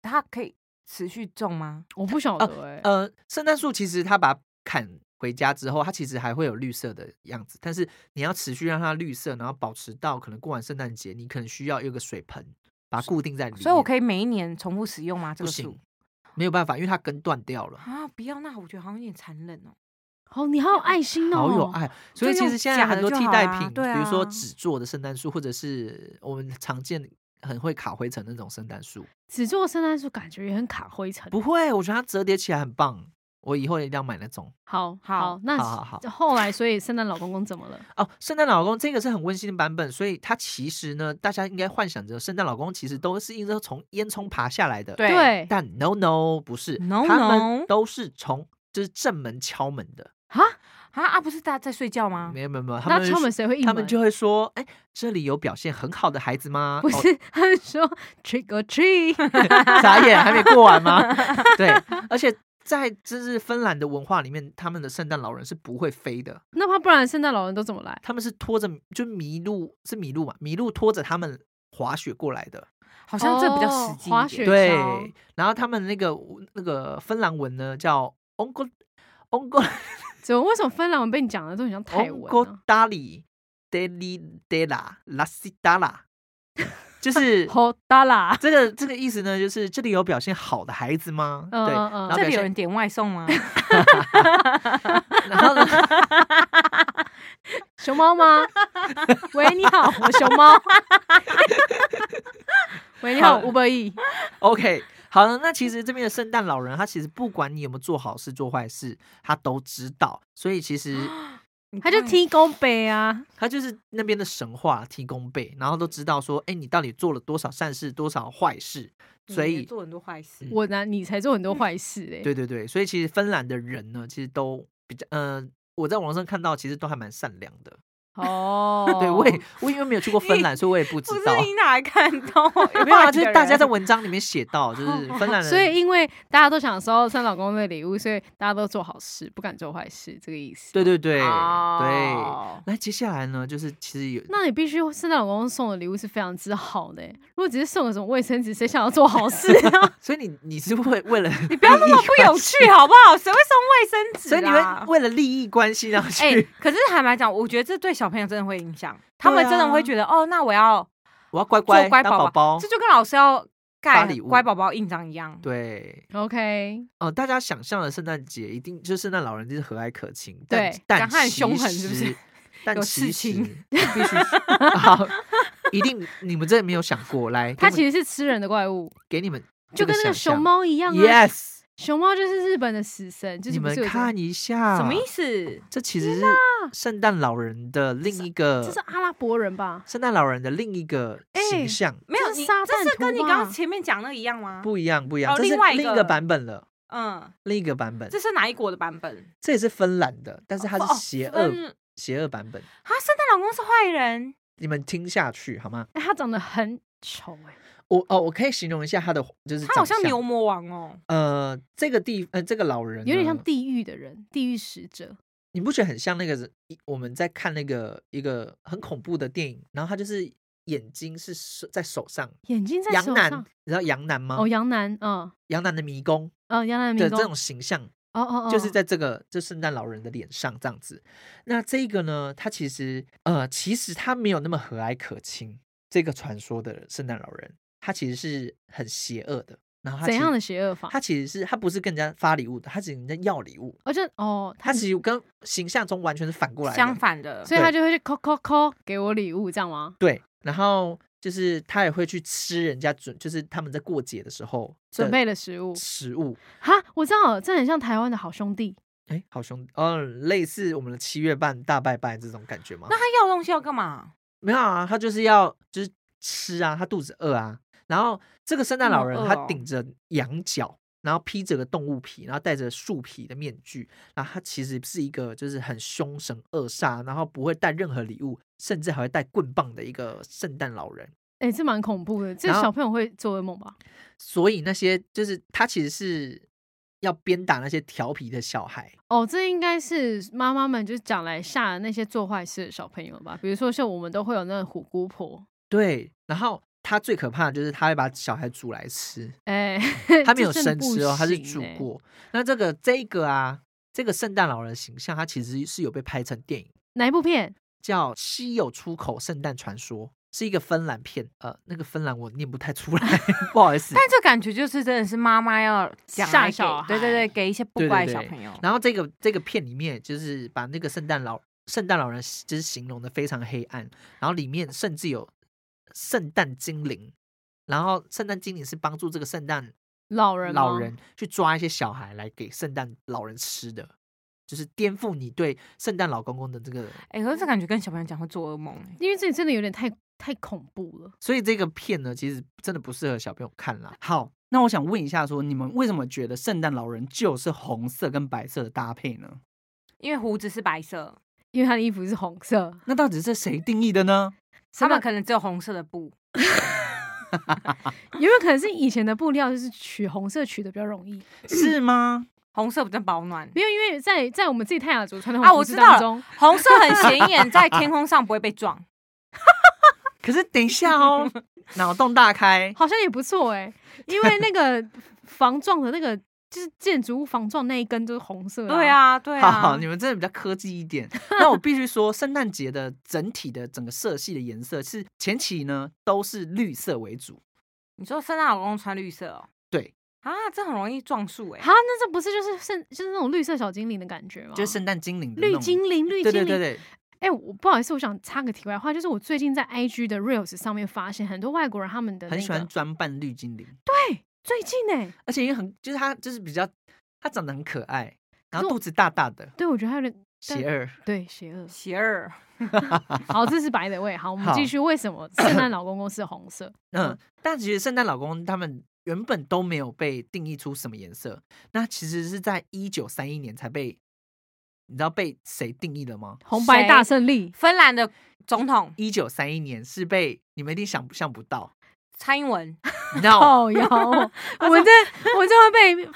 Speaker 1: 它可以持续种吗？
Speaker 2: 我不晓得哎，
Speaker 3: 呃，圣诞树其实它把它砍回家之后，它其实还会有绿色的样子，但是你要持续让它绿色，然后保持到可能过完圣诞节，你可能需要有个水盆把它固定在里面，
Speaker 1: 所以我
Speaker 3: 以
Speaker 1: 可以每一年重复使用吗？这
Speaker 3: 不
Speaker 1: 个树
Speaker 3: 行，没有办法，因为它根断掉了。
Speaker 1: 啊，不要，那我觉得好像有点残忍哦。
Speaker 2: 哦，你好有爱心哦，
Speaker 3: 好有爱，所以
Speaker 1: 就
Speaker 3: 其
Speaker 1: 用
Speaker 3: 实现在
Speaker 1: 假
Speaker 3: 很
Speaker 1: 的
Speaker 3: 多
Speaker 1: 就
Speaker 3: 替
Speaker 1: 好
Speaker 3: 代
Speaker 1: 啦
Speaker 3: 品，
Speaker 1: 对
Speaker 3: 比如说
Speaker 1: 啊
Speaker 3: 纸做的圣诞树，或者是我们常见很会卡灰尘的那种圣诞树，
Speaker 2: 只做圣诞树感觉也很卡灰
Speaker 1: 呃
Speaker 2: 尘。
Speaker 3: 不会，我觉得它折叠起来很棒，我以后一定要买那种。
Speaker 2: 好
Speaker 1: 好，
Speaker 2: 那
Speaker 3: 好好好
Speaker 2: 后来所以圣诞老公公怎么了？
Speaker 3: 哦，圣诞老公这个是很温馨的版本，所以它其实呢，大家应该幻想着圣诞老公其实都是应该从烟囱爬下来的，
Speaker 1: 对
Speaker 2: 对
Speaker 3: 但 no no 不是
Speaker 1: No,
Speaker 3: 他们
Speaker 1: no
Speaker 3: 都是从就是正门敲门的，
Speaker 2: 啊，
Speaker 1: 啊啊，不是大家在睡觉吗？
Speaker 3: 没有没有没有，他
Speaker 2: 那
Speaker 3: 们
Speaker 2: 敲门谁会应
Speaker 3: 他
Speaker 2: 门？
Speaker 3: 们就会说，哎，这里有表现很好的孩子吗？
Speaker 2: 不
Speaker 3: 哦
Speaker 2: 是，他们说 trick or treat，
Speaker 3: 傻眼，还没过 完吗？对，而且在就是芬兰的文化里面，他们的圣诞老人是不会飞的，
Speaker 2: 那怕不然圣诞老人都怎么来？
Speaker 3: 他们是拖着就麋鹿是麋鹿嘛，麋鹿拖着他们滑雪过来的。
Speaker 1: 好像这比较实际一点。
Speaker 2: 哦滑雪
Speaker 3: 对
Speaker 2: 橇，
Speaker 3: 然后他们那个那个芬兰文呢叫 ongo ongo
Speaker 2: 怎么为什么芬兰文被你讲的都很像
Speaker 3: 哦
Speaker 2: 泰文、
Speaker 3: ongo
Speaker 2: 啊？
Speaker 3: dali deli dela lasidala，就是
Speaker 2: 好哒啦，
Speaker 3: 这个这个意思呢，就是这里有表现好的孩子吗？
Speaker 2: 嗯
Speaker 3: 对，
Speaker 2: 嗯嗯
Speaker 3: 然后
Speaker 1: 这
Speaker 3: 表
Speaker 1: 里有
Speaker 3: 现
Speaker 1: 人点外送 吗？
Speaker 3: 然后呢？
Speaker 2: 熊猫吗？喂，你好，我熊 猫。喂，你好，
Speaker 3: 好嗯
Speaker 2: 吴伯义。
Speaker 3: OK，好了，那其实这边的圣诞老人，他其实不管你有没有做好事做坏事，他都知道，所以其实
Speaker 2: 他就提供杯啊，
Speaker 3: 他就是那边的神话提供背，然后都知道说，哎，你到底做了多少善事，多少坏事，
Speaker 1: 你
Speaker 3: 所
Speaker 1: 也
Speaker 3: 以
Speaker 1: 做很多坏事。
Speaker 3: 嗯
Speaker 2: 我呢，你才做很多坏事欸嘞、
Speaker 3: 对对对，所以其实芬兰的人呢，其实都比较，呃，我在网上看到，其实都还蛮善良的。
Speaker 2: 哦，
Speaker 3: 对，我也我因为没有去过芬兰，
Speaker 1: 你
Speaker 3: 所以我也不知
Speaker 1: 不
Speaker 3: 道
Speaker 1: 是。你哪来看 到？
Speaker 3: 没有啊，就是 大家在文章里面写到，就是
Speaker 1: 哦
Speaker 3: 芬兰人，
Speaker 2: 所以因为大家都想收圣诞老公的礼物，所以大家都做好事，不敢做坏事，这个意思。
Speaker 3: 对对对、
Speaker 1: 哦
Speaker 3: 对。那接下来呢，就是其实有
Speaker 2: 那你必须圣诞老公送的礼物是非常之好的欸、如果只是送个什么卫生纸，谁想要做好 事 啊？
Speaker 3: 所以你你是为为了
Speaker 1: 你不要那么不有趣 好不好？谁会送卫生纸、啊？
Speaker 3: 所以你们为了利益关系然后去，
Speaker 1: 哎、可是坦白讲，我觉得这对小朋友真的会影 响，他们
Speaker 3: 对啊
Speaker 1: 真的会觉得、哦，那我要
Speaker 3: 我要乖
Speaker 1: 做乖
Speaker 3: 当
Speaker 1: 宝
Speaker 3: 宝宝
Speaker 1: 这。就跟老师要
Speaker 3: 发
Speaker 1: 盖
Speaker 3: 礼物
Speaker 1: 乖宝宝印章一样。
Speaker 3: 对，
Speaker 2: OK，
Speaker 3: 呃，大家想象的圣诞节一定就是圣诞老人就是和蔼可亲，但
Speaker 2: 对
Speaker 3: 但
Speaker 1: 讲话很凶狠是不
Speaker 3: 其
Speaker 1: 是
Speaker 3: 实？但
Speaker 1: 有
Speaker 3: 其
Speaker 1: 事
Speaker 3: 实
Speaker 1: 情
Speaker 3: 必须 好，一定你们真的没有想过，来，
Speaker 2: 它
Speaker 3: 给
Speaker 2: 其
Speaker 3: 你
Speaker 2: 实是吃人的怪物，
Speaker 3: 给你们
Speaker 2: 就跟那个
Speaker 3: 想象
Speaker 2: 熊猫一样啊。
Speaker 3: ，yes，
Speaker 2: 熊猫就是日本的死神，就是
Speaker 3: 你
Speaker 2: 不
Speaker 3: 们
Speaker 2: 是有这
Speaker 3: 看一下，
Speaker 1: 什么意？思？
Speaker 3: 这其实是圣诞老人的另
Speaker 2: 这
Speaker 3: 一个
Speaker 2: 是，阿拉伯人吧？
Speaker 3: 圣诞老人的另一个
Speaker 2: 哎
Speaker 3: 形象，
Speaker 1: 没有
Speaker 2: 这是
Speaker 1: 你，
Speaker 2: 沙
Speaker 1: 这
Speaker 2: 旦
Speaker 1: 是跟
Speaker 2: 图
Speaker 1: 你刚
Speaker 2: 吧
Speaker 1: 刚前面讲那个一样吗？
Speaker 3: 不一样，不一样，
Speaker 1: 哦
Speaker 3: 这是
Speaker 1: 另外一
Speaker 3: 另一
Speaker 1: 个
Speaker 3: 个版本了，
Speaker 1: 嗯，
Speaker 3: 另一个版本
Speaker 1: 这，是哪一国的版本？
Speaker 3: 这也是芬兰的，但是它
Speaker 1: 哦
Speaker 3: 是邪恶
Speaker 1: 嗯，
Speaker 3: 邪恶版本。
Speaker 1: 啊，圣诞老公是坏人，
Speaker 3: 你们听下去好吗？
Speaker 2: 哎，他长得很丑哎、
Speaker 3: 我哦，我可以形容一下他的，就是
Speaker 1: 他好
Speaker 3: 长
Speaker 1: 像
Speaker 3: 相
Speaker 1: 牛魔王哦。
Speaker 3: 呃，这个地呃，这个老人
Speaker 2: 有点像
Speaker 3: 呢
Speaker 2: 地狱的人，地狱使者。
Speaker 3: 你不觉得很像那个人？一我们在看那个一个很恐怖的电影，然后他就是眼睛是手在手上，
Speaker 2: 眼睛在
Speaker 3: 杨
Speaker 2: 手
Speaker 3: 楠
Speaker 2: 上，，
Speaker 3: 你知道杨楠吗？
Speaker 2: 哦，杨楠，嗯，
Speaker 3: 杨楠的迷宫
Speaker 2: 哦，杨楠的
Speaker 3: 的
Speaker 2: 迷
Speaker 3: 这
Speaker 2: 宫，
Speaker 3: 种形象，
Speaker 2: 哦哦哦，
Speaker 3: 就是在这个这圣诞老人的脸上这样子。那这个呢，他其实呃，其实他没有那么和蔼可亲。这个传说的圣诞老人，他其实是很邪恶的。然后他
Speaker 2: 怎
Speaker 3: 其
Speaker 2: 样
Speaker 3: 实
Speaker 2: 的邪恶法？
Speaker 3: 他其实是他不是跟人家发礼物的，他只是跟人家要礼物。
Speaker 2: 而且哦，
Speaker 3: 他
Speaker 2: 是
Speaker 3: 其实跟形象中完全是反过来的。
Speaker 1: 相反的，
Speaker 2: 所以他
Speaker 3: 对
Speaker 2: 就会去扣扣扣给我礼物，这样吗？
Speaker 3: 对，然后就是他也会去吃人家准，就是他们在过节的时候
Speaker 2: 准
Speaker 3: 的
Speaker 2: 备的食物，
Speaker 3: 食物。
Speaker 2: 哈，我知道了，这很像台湾的好兄弟，
Speaker 3: 哎，好兄弟，哦，类似我们的七月半大拜拜这种感觉吗
Speaker 1: 那？他要东西要干嘛？
Speaker 3: 没有啊，他就是要就是吃啊，他肚子饿啊。然后这个圣诞
Speaker 1: 那
Speaker 3: 老
Speaker 1: 么
Speaker 3: 人
Speaker 1: 饿
Speaker 3: 他
Speaker 1: 哦
Speaker 3: 顶着羊角，然后披着个动物皮，然后戴着树皮的面具，然后他其实是一个就是很凶神恶煞，然后不会带任何礼物，甚至还会带棍棒的一个圣诞老人。
Speaker 2: 哎、这蛮恐怖的，这
Speaker 3: 然后
Speaker 2: 小朋友会做噩梦吧？
Speaker 3: 所以那些就是他其实是要鞭打那些调皮的小孩，
Speaker 2: 哦，这应该是妈妈们就是讲来吓那些做坏事的小朋友吧，比如说像我们都会有那个虎姑婆，
Speaker 3: 对，然后。他最可怕的就是他会把小孩煮来吃，
Speaker 2: 哎、
Speaker 3: 他没有
Speaker 2: 这真
Speaker 3: 生
Speaker 2: 的不
Speaker 3: 吃哦，他是
Speaker 2: 行
Speaker 3: 煮
Speaker 2: 哎
Speaker 3: 过。那这个这个啊，这个圣诞老人的形象，他其实是有被拍成电影，
Speaker 2: 哪一部片？
Speaker 3: 叫《稀有出口圣诞传说》，是一个芬兰片。呃，那个芬兰我念不太出来， 不好意思
Speaker 1: 但。这感觉就是真的是妈妈要讲
Speaker 2: 吓
Speaker 1: 来给
Speaker 2: 小，
Speaker 1: 对对
Speaker 2: 孩
Speaker 1: 对，给一些不
Speaker 3: 对对
Speaker 1: 乖的小
Speaker 3: 对
Speaker 1: 朋友。
Speaker 3: 然后这个这个片里面，就是把那个圣诞老圣诞老人就是形容的非常黑暗，然后里面甚至有圣诞精灵，然后圣诞精灵是帮助这个圣诞
Speaker 2: 老人，
Speaker 7: 哦
Speaker 3: 老人，去抓一些小孩来给圣诞老人吃的，就是颠覆你对圣诞老公公的这个。
Speaker 1: 哎，可是这感觉跟小朋友讲会做噩梦哎。
Speaker 2: 因为这真的有点太太恐怖了。
Speaker 3: 所以这个片呢，其实真的不适合小朋友看啦。
Speaker 7: 好，那我想问一下说你们为什么觉得圣诞老人就是红色跟白色的搭配呢？
Speaker 1: 因为胡子是白色，
Speaker 2: 因为他的衣服是红色，
Speaker 7: 那到底是谁定义的呢？
Speaker 1: 他们
Speaker 2: 可
Speaker 1: 可能只有红色的布，
Speaker 2: 有没有可能是以前的布料就是取红色取的比较容易？
Speaker 7: 是吗？
Speaker 1: 红色比较保 暖。
Speaker 2: 没有，因为在在我们自己泰雅族传统
Speaker 1: 啊
Speaker 2: 服
Speaker 1: 我
Speaker 2: 饰
Speaker 1: 知
Speaker 2: 当
Speaker 1: 道了
Speaker 2: 中，
Speaker 1: 红色很显眼，在天空上不会被撞。
Speaker 7: 可是等一下 哦，脑洞大开，
Speaker 2: 好像也不错哎、因为那个防撞的那个就是建筑物防撞那一根都是红色、
Speaker 1: 对，啊，对
Speaker 7: 好
Speaker 1: 啊
Speaker 7: 好，，你们真的比较科技一 点。那我必须说，圣诞节的整体的整个色系的颜色是前期呢都是绿色为主，
Speaker 1: 你说圣诞老公穿绿色哦？
Speaker 7: 对
Speaker 1: 啊，这很容易撞树哎
Speaker 2: 哈，。那这不是就是圣就是那种绿色小精灵的感觉吗？
Speaker 7: 就是圣诞精灵的那
Speaker 2: 哦绿
Speaker 7: 种
Speaker 2: 精灵，绿
Speaker 7: 对
Speaker 2: 精
Speaker 7: 对对
Speaker 2: 灵。
Speaker 7: 对，
Speaker 2: 哎、我不好意思，我想插个题外话，就是我最近在 IG 的 Reels 上面发现很多外国人他们的、那个、
Speaker 7: 很喜欢装扮绿精灵，
Speaker 2: 最近哎、
Speaker 7: 而且也很就是它就是比较它长得很可爱，然
Speaker 2: 可是
Speaker 7: 后
Speaker 2: 我
Speaker 7: 肚子大大的，
Speaker 2: 对我觉得他有点但
Speaker 7: 邪恶。
Speaker 2: 对邪恶。
Speaker 1: 邪二，
Speaker 2: 好，这是白的味。好，我们
Speaker 7: 好
Speaker 2: 继续，为什么圣诞老公公是红色？
Speaker 3: 嗯，但其实圣诞老公他们原本都没有被定义出什么颜色，那其实是在一九三一年才被，你知道被谁定义的吗？
Speaker 2: 红白大
Speaker 1: 谁
Speaker 2: 胜利，
Speaker 1: 芬兰的总统
Speaker 3: 一九三一年是被你们一定想不想不到
Speaker 1: 蔡英文，
Speaker 3: ，no，
Speaker 2: 哦哟，我们这我这会被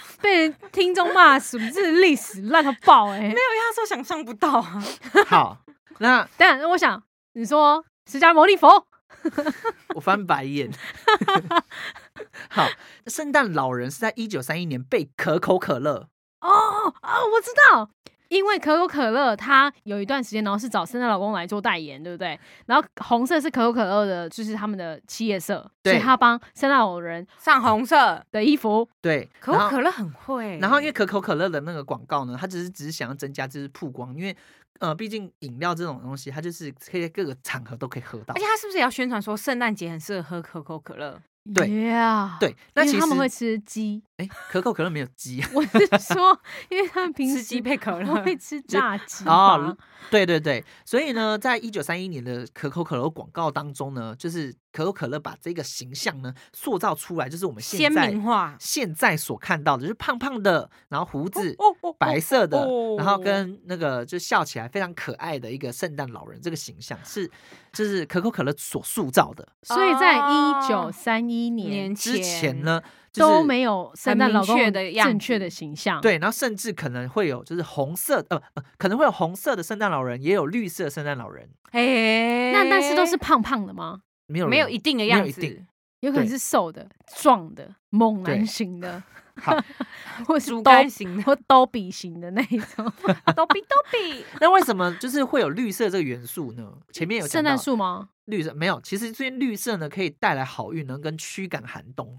Speaker 2: 被听众骂死，我们这是历史烂到爆哎、欸！
Speaker 1: 没有，他说想象不到啊。
Speaker 3: 好，那
Speaker 2: 但我想你说释迦牟尼佛
Speaker 3: 我翻白眼。 好，圣诞老人是在一九三一年被可口可乐
Speaker 2: 哦哦，我知道。因为可口可乐它有一段时间，然后是找圣诞老公来做代言，对不对？然后红色是可口可乐的，就是他们的企业色，所
Speaker 3: 对
Speaker 2: 以他帮圣诞老人
Speaker 1: 上红色，
Speaker 2: 的衣服
Speaker 3: 对
Speaker 1: 可口
Speaker 3: 然后
Speaker 1: 可乐很会。
Speaker 3: 然后因为可口可乐的那个广告呢，它只是只是想要增加就是曝光，因为呃，毕竟饮料这种东西，它就是可以在各个场合都可以喝到
Speaker 1: 而且。他是不是也要宣传说圣诞节很适合喝可口可乐？
Speaker 3: 对
Speaker 2: Yeah，
Speaker 3: 对，那
Speaker 2: 因
Speaker 3: 其
Speaker 2: 为
Speaker 3: 实
Speaker 2: 他们会吃鸡。
Speaker 3: 哎，可口可乐没有鸡啊
Speaker 2: 我是说，因为他们平时
Speaker 1: 吃鸡配可乐，
Speaker 2: 会吃炸鸡
Speaker 3: 哦
Speaker 2: 哦，，
Speaker 3: 对对对，所以呢，在一九三一年的可口可乐广告当中呢，就是可口可乐把这个形象呢塑造出来，就是我们
Speaker 1: 鲜
Speaker 3: 现在
Speaker 1: 明化。
Speaker 3: 现在所看到的，就是胖胖的，然后胡子
Speaker 1: 哦哦哦
Speaker 3: 白色的，然后
Speaker 1: 哦
Speaker 3: 跟那个就笑起来非常可爱的一个圣诞老人这个形象是，就是可口可乐所塑造的。
Speaker 2: 所以在
Speaker 1: 哦
Speaker 2: 一九三一年
Speaker 1: 年
Speaker 3: 之前呢，就是
Speaker 2: 都没有圣诞老公
Speaker 1: 很明确的样子
Speaker 2: 正确的形象。，
Speaker 3: 对，然后甚至可能会有就是红色呃呃，可能会有红色的圣诞老人，也有绿色的圣诞老人，
Speaker 1: 哎，
Speaker 2: 那但是都是胖胖的吗？
Speaker 3: 没有
Speaker 1: 没有
Speaker 3: 人
Speaker 1: 一定的
Speaker 3: 没有
Speaker 1: 样
Speaker 3: 一
Speaker 1: 子，
Speaker 3: 定
Speaker 2: 有可能
Speaker 3: 对
Speaker 2: 是瘦的、壮的、猛男
Speaker 3: 对
Speaker 2: 型的，
Speaker 3: 好。
Speaker 2: 或是
Speaker 1: 竹
Speaker 2: 兜
Speaker 1: 竿型的，
Speaker 2: 或兜比型的那一 种。
Speaker 1: 都比都比。
Speaker 3: 那为什么就是会有绿色这个元素呢？前面有讲
Speaker 2: 圣诞
Speaker 3: 到
Speaker 2: 树吗？
Speaker 3: 绿色没有，其实最近绿色呢可以带来好运，能跟驱赶寒冬。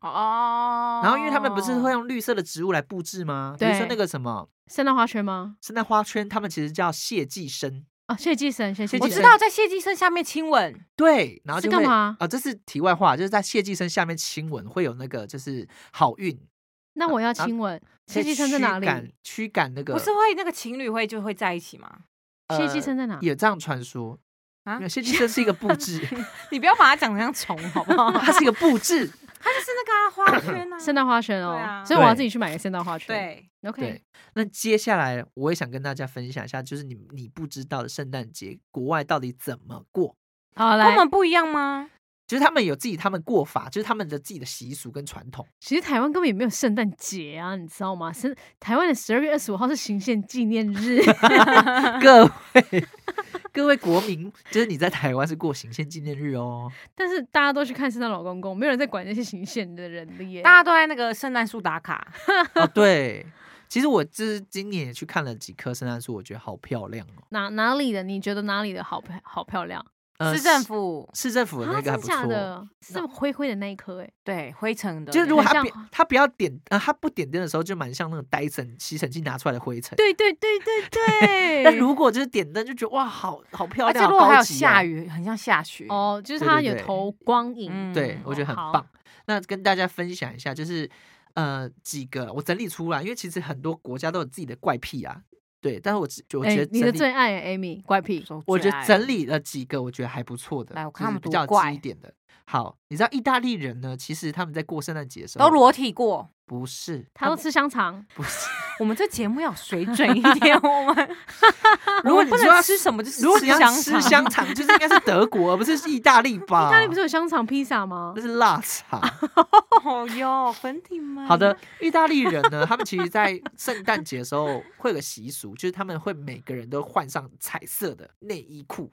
Speaker 1: 哦，
Speaker 3: 然后因为他们不是会用绿色的植物来布置吗？比如说
Speaker 2: 对
Speaker 3: 那个什么
Speaker 2: 圣诞花圈吗？
Speaker 3: 圣诞花圈，他们其实叫谢寄生。
Speaker 2: 啊，谢祭神，谢祭
Speaker 1: 我知
Speaker 3: 寄
Speaker 2: 神
Speaker 3: 生
Speaker 1: 道在谢继生下面亲吻，
Speaker 3: 对，然后
Speaker 2: 是
Speaker 3: 就
Speaker 2: 干
Speaker 3: 会
Speaker 2: 嘛
Speaker 3: 啊、这是题外话，就是在谢寄生下面亲吻会有那个就是好运，
Speaker 2: 那我要
Speaker 3: 然后
Speaker 2: 亲吻。
Speaker 3: 啊可
Speaker 2: 谢祭
Speaker 3: 以
Speaker 2: 神在哪里
Speaker 3: 驱？赶驱赶那个
Speaker 1: 不是会那个情侣会就会在一起吗？
Speaker 2: 谢
Speaker 3: 呃
Speaker 2: 祭神在哪？
Speaker 3: 有这样传说
Speaker 1: 啊
Speaker 3: 没 有谢寄生是一个布置，
Speaker 1: 你不要把它讲得像虫好不
Speaker 2: 哦
Speaker 1: 好？
Speaker 3: 它是一个布置。
Speaker 1: 它就是那个、啊、花圈 啊，
Speaker 2: 圣诞花圈
Speaker 1: 对
Speaker 2: 哦
Speaker 1: 啊，
Speaker 2: 所以我要
Speaker 3: 对
Speaker 2: 自己去买个圣诞花圈。
Speaker 1: 对，
Speaker 2: ，OK，
Speaker 3: 对，那接下来我也想跟大家分享一下，就是你你不知道的圣诞节国外到底怎么过，
Speaker 2: 好
Speaker 1: 跟我
Speaker 2: 来，
Speaker 1: 们不一样吗？
Speaker 3: 就是他们有自己他们过法，就是他们的自己的习俗跟传统。
Speaker 2: 其实台湾根本也没有圣诞节啊，你知道吗？是台湾的十二月二十五号是行宪纪念 日，
Speaker 3: 各位各位国民，就是你在台湾是过行宪纪念日 哦，
Speaker 2: 但是大家都去看圣诞老公公，没有人在管那些行宪的人的 耶。
Speaker 1: 大家都在那个圣诞树打卡，
Speaker 3: 哦对。其实我就是今年也去看了几棵圣诞树，我觉得好漂亮哦。
Speaker 2: 哪哪里的？你觉得哪里的好漂好漂亮？
Speaker 3: 呃
Speaker 1: 市政府
Speaker 3: 市政府的那
Speaker 2: 啊，
Speaker 3: 个还
Speaker 2: 真
Speaker 3: 不
Speaker 2: 假
Speaker 3: 错，
Speaker 2: 的？是灰灰的那一颗哎、
Speaker 1: 对灰尘的，
Speaker 3: 就是如果
Speaker 2: 很
Speaker 3: 他
Speaker 2: 像
Speaker 3: 不
Speaker 1: 哦
Speaker 3: 他不要点啊，他不点灯的时候就蛮像那种呆尘吸尘器拿出来的灰尘。
Speaker 2: 对对对对对
Speaker 3: 但如果就是点灯，就觉得哇，好好漂
Speaker 1: 而
Speaker 3: 亮，
Speaker 1: 且如果
Speaker 3: 好
Speaker 1: 还
Speaker 3: 高
Speaker 1: 有
Speaker 3: 级哦
Speaker 1: 下，雨，很像下雪，
Speaker 2: 哦，就是
Speaker 3: 对
Speaker 2: 它
Speaker 3: 对
Speaker 2: 有
Speaker 3: 对
Speaker 2: 投光影，
Speaker 1: 嗯
Speaker 3: 对我觉得很
Speaker 2: 哦
Speaker 3: 棒。那跟大家分享一下，就是呃几个我整理出来，因为其实很多国家都有自己的怪癖啊，对。但是我只就我
Speaker 2: 哎、
Speaker 3: 觉得
Speaker 2: 你
Speaker 3: 整
Speaker 2: 的
Speaker 3: 理，
Speaker 2: 最爱、欸、Amy 怪癖，
Speaker 1: 说
Speaker 3: 我觉
Speaker 1: 最
Speaker 3: 得
Speaker 1: 爱
Speaker 3: 整理了几个我觉得还不错的，
Speaker 1: 来我
Speaker 3: 就
Speaker 1: 看他
Speaker 3: 是
Speaker 1: 们
Speaker 3: 比
Speaker 1: 多
Speaker 3: 较有
Speaker 1: 怪
Speaker 3: 记忆点的。好，你知道意大利人呢，其实他们在过圣诞节的时候
Speaker 1: 都裸体过。
Speaker 3: 不是，
Speaker 2: 他都吃香肠，
Speaker 3: 不 是。
Speaker 1: 我们这节目要有水准一 点，我们
Speaker 3: 如果
Speaker 1: 我们
Speaker 3: 你
Speaker 1: 不
Speaker 3: 说要
Speaker 1: 能吃什么，就是
Speaker 3: 如果
Speaker 1: 吃
Speaker 3: 你要
Speaker 1: 香
Speaker 3: 吃
Speaker 1: 肠
Speaker 3: 香肠，就是应该是德国，而不是意 大利吧？
Speaker 2: 意大利不是有香肠披萨吗
Speaker 3: 那？是腊肠。
Speaker 1: 哦哟，粉底们
Speaker 3: 好的，意大利人呢，他们其实，在圣诞节的时候会有个习俗，就是他们会每个人都换上彩色的内衣裤，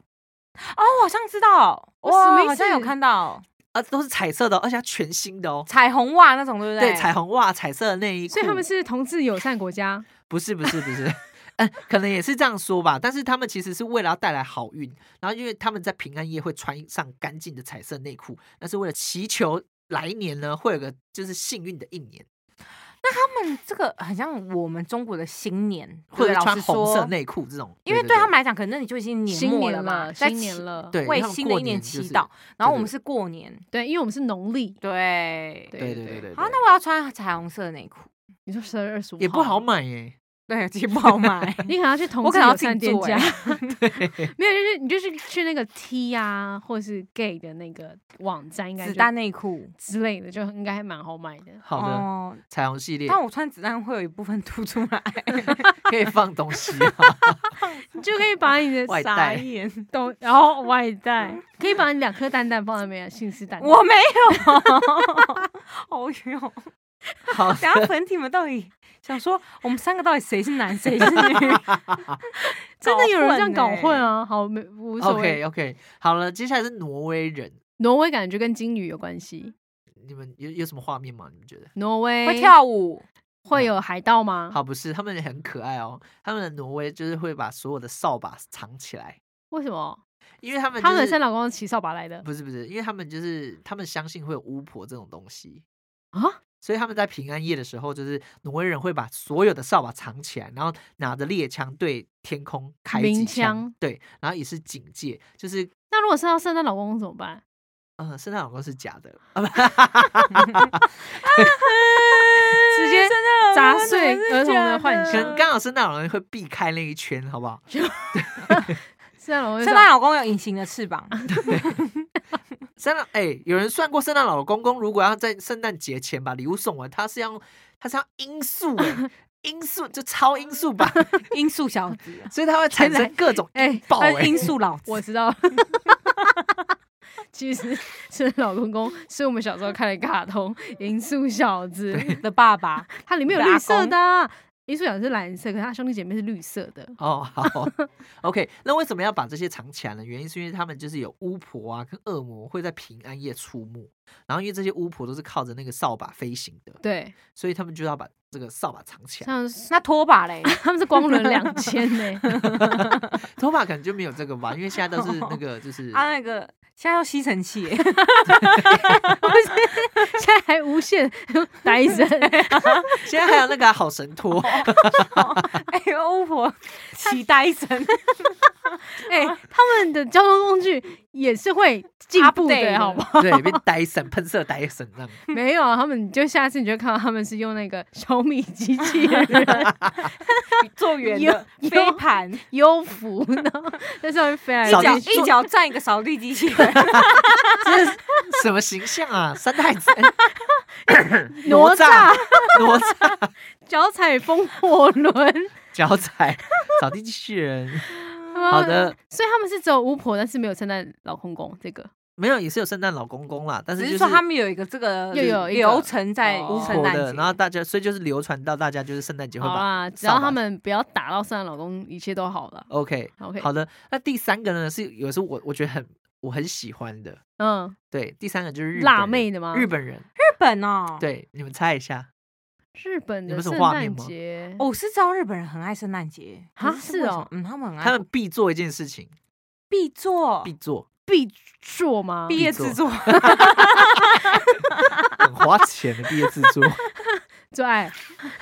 Speaker 1: 哦，我好像知 道，
Speaker 2: 我什么
Speaker 1: 哇，
Speaker 2: 意
Speaker 1: 好像有
Speaker 2: 思
Speaker 1: 看到
Speaker 3: 而都是彩色的哦，而且它全新的哦。
Speaker 1: 彩虹袜那种，对不
Speaker 3: 对，
Speaker 1: 对，
Speaker 3: 彩虹袜、彩色的内衣裤，
Speaker 2: 所以他们是同志友善国家，
Speaker 3: 不是不是不是， 嗯，可能也是这样说吧。但是他们其实是为了要带来好运，然后因为他们在平安夜会穿上干净的彩色内裤，那是为了祈求来年呢会有个就是幸运的一年，
Speaker 1: 他们嗯这个很像我们中国的新年，
Speaker 3: 或者
Speaker 1: 对
Speaker 3: 穿红色
Speaker 1: 老实说
Speaker 3: 内裤这种。
Speaker 1: 因为对
Speaker 3: 对
Speaker 1: 他们来讲，可能你就已经年
Speaker 2: 新
Speaker 1: 末
Speaker 2: 年
Speaker 1: 嘛，
Speaker 2: 了，
Speaker 1: 在
Speaker 2: 新年
Speaker 1: 祈
Speaker 2: 了，
Speaker 3: 对
Speaker 1: 为
Speaker 3: 他们
Speaker 1: 新的
Speaker 3: 过
Speaker 1: 一年
Speaker 3: 年就
Speaker 1: 祈
Speaker 3: 是
Speaker 1: 祷，然后我
Speaker 3: 对
Speaker 1: 们
Speaker 3: 对
Speaker 1: 是过年，
Speaker 2: 对，因为我们是农历，
Speaker 1: 对
Speaker 2: 对
Speaker 3: 对对对对。
Speaker 1: 好，
Speaker 3: 对
Speaker 1: 那我要穿彩虹色的内裤，
Speaker 2: 你说十二月二十五
Speaker 3: 也不好买耶、
Speaker 1: 对，其实不好买
Speaker 2: 你可能要去同
Speaker 1: 我
Speaker 2: 志
Speaker 1: 可能要
Speaker 2: 友
Speaker 1: 自己
Speaker 2: 善店
Speaker 1: 做
Speaker 2: 家，
Speaker 1: 欸
Speaker 2: 没有，就是你就是去那个 T 啊，或是 gay 的那个网站，应该
Speaker 1: 子
Speaker 2: 就
Speaker 1: 弹内裤。
Speaker 2: 之类的，就应该还蛮好买的。
Speaker 3: 好的，
Speaker 1: 哦，
Speaker 3: 彩虹系列
Speaker 1: 但我穿子弹会有一部分凸出来，
Speaker 3: 可以放东 西、啊，
Speaker 2: 你就可以把你的
Speaker 3: 外
Speaker 1: 傻
Speaker 3: 带
Speaker 1: 眼。
Speaker 2: 东，然后外带，可以把你两颗蛋蛋放在那边，信誓旦旦。
Speaker 1: 我没有，哦哟，
Speaker 3: 好
Speaker 1: 等下粉体们到底想说我们三个到底谁是男谁是女？
Speaker 2: 真的有人这样搞
Speaker 1: 搞
Speaker 2: 混
Speaker 1: 混欸哦
Speaker 2: 啊？好，没无所谓。
Speaker 3: OK OK，好了，接下来是挪威人，
Speaker 2: 挪威感觉跟金鱼有关系，
Speaker 3: 你们有有什么画面吗？你们觉得？
Speaker 2: 挪威
Speaker 1: 会跳舞，
Speaker 2: 会有海盗吗？
Speaker 3: 好，不是，他们很可爱哦。他们的挪威就是会把所有的扫把藏起来，
Speaker 2: 为什么？
Speaker 3: 因为他们、就是、
Speaker 2: 他们的圣老公是骑扫把来的
Speaker 3: 不是不是，因为他们就是他们相信会有巫婆这种东西，
Speaker 2: 啊？
Speaker 3: 所以他们在平安夜的时候，就是挪威人会把所有的扫把藏起来，然后拿着猎枪对天空开
Speaker 2: 鸣
Speaker 3: 几
Speaker 2: 枪
Speaker 3: 对，然后以示警戒，就是
Speaker 2: 那如果是要圣诞老公公怎么办？
Speaker 3: 呃，圣诞老公是假的，
Speaker 2: 嗯
Speaker 1: 直接
Speaker 2: 砸碎儿童的幻
Speaker 3: 可
Speaker 2: 想
Speaker 3: 能刚好圣诞老人会避开那一圈，好不好？
Speaker 2: 圣诞老公
Speaker 1: 圣诞老公有隐形的翅 膀，
Speaker 3: 圣诞哎，有人算过，圣诞老公公如果要在圣诞节前把礼物送完，他是要他是要音速哎， 音速就超音速吧，
Speaker 1: 音速小子，
Speaker 3: 所以他会产
Speaker 2: 原
Speaker 3: 生
Speaker 2: 来
Speaker 3: 各种
Speaker 2: 哎
Speaker 3: 音爆
Speaker 1: 他
Speaker 3: 哎、
Speaker 1: 是音速老子，
Speaker 2: 我知道。 其实圣诞老公公是我们小时候看的卡通《银素小子》，
Speaker 1: 的爸爸，
Speaker 2: 它里面有
Speaker 1: 你的
Speaker 2: 绿
Speaker 1: 阿
Speaker 2: 色
Speaker 1: 公
Speaker 2: 的、啊，银素小子是蓝色，可是他兄弟姐妹是绿色的。
Speaker 3: 哦，好 ，OK。那为什么要把这些藏起来呢？原因是因为他们就是有巫婆啊跟恶魔会在平安夜出没，然后因为这些巫婆都是靠着那个扫把飞行的，
Speaker 2: 对，
Speaker 3: 所以他们就要把这个扫把藏起来。
Speaker 2: 像是
Speaker 1: 那拖把嘞，
Speaker 2: 他们是光轮两千呢，
Speaker 3: 头发可能就没有这个吧，因为现在都是那个就是
Speaker 2: 啊
Speaker 1: 他啊那个现在要吸尘器耶，
Speaker 2: 现在还无限呆 神，
Speaker 3: 现在还有那个啊好神托，
Speaker 1: 哎呦，巫婆骑呆神，
Speaker 2: 哎、他们的交通工具也是会进步
Speaker 1: Update
Speaker 2: 的，
Speaker 1: 的
Speaker 2: 好不好？
Speaker 3: 对，变呆神喷射呆神这样。
Speaker 2: 没有啊，他们就下次你就看到他们是用那个小米机 器人
Speaker 1: 做圆
Speaker 2: 有
Speaker 1: 的
Speaker 2: 有
Speaker 1: 飞盘，
Speaker 2: 优浮，然后在上面飞来
Speaker 1: 一
Speaker 2: 飞
Speaker 3: 扫
Speaker 1: 脚
Speaker 3: 地
Speaker 2: 去。
Speaker 1: 一脚站一个扫地 机器人，
Speaker 3: 这是什么形象 啊？三太子、
Speaker 2: 哪
Speaker 3: 哪吒、哪吒、
Speaker 2: 脚踩风火轮。
Speaker 3: 脚踩扫地机器人， 好的，
Speaker 2: 所以他们是只有巫婆，但是没有圣诞老公公这个。
Speaker 3: 没有也是有圣诞老公公啦，但是
Speaker 1: 只
Speaker 3: 就是
Speaker 1: 是说他们有一个这个
Speaker 2: 又有一个
Speaker 1: 流程在
Speaker 2: 哦
Speaker 3: 巫
Speaker 1: 圣
Speaker 3: 婆
Speaker 1: 诞
Speaker 3: 的，
Speaker 1: 节，
Speaker 3: 然后大家所以就是流传到大家就是圣诞节会
Speaker 2: 好
Speaker 3: 把。
Speaker 2: 啦，只要
Speaker 3: 扫把
Speaker 2: 他们不要打到圣诞老公，一切都好了。
Speaker 3: OK
Speaker 2: OK
Speaker 3: 好的。那第三个呢是有时候我我觉得很我很喜欢的，
Speaker 2: 嗯，
Speaker 3: 对，第三个就是日本
Speaker 2: 辣
Speaker 3: 人
Speaker 2: 妹的吗
Speaker 3: 日本人，
Speaker 1: 日本哦，，
Speaker 3: 对，你们猜一下，
Speaker 2: 日本
Speaker 3: 你
Speaker 2: 的
Speaker 3: 们是
Speaker 2: 圣
Speaker 3: 画面
Speaker 2: 诞
Speaker 3: 吗哦
Speaker 2: 节
Speaker 1: 我是知道日本人很爱圣诞节，
Speaker 2: 啊
Speaker 1: 可是为什么
Speaker 2: 是哦
Speaker 1: 嗯，他们很爱，
Speaker 3: 他们必做一件事情，
Speaker 1: 必做
Speaker 3: 必做
Speaker 2: 必做吗？
Speaker 1: 毕业制作，
Speaker 3: 很花钱的毕业制作。
Speaker 2: 对，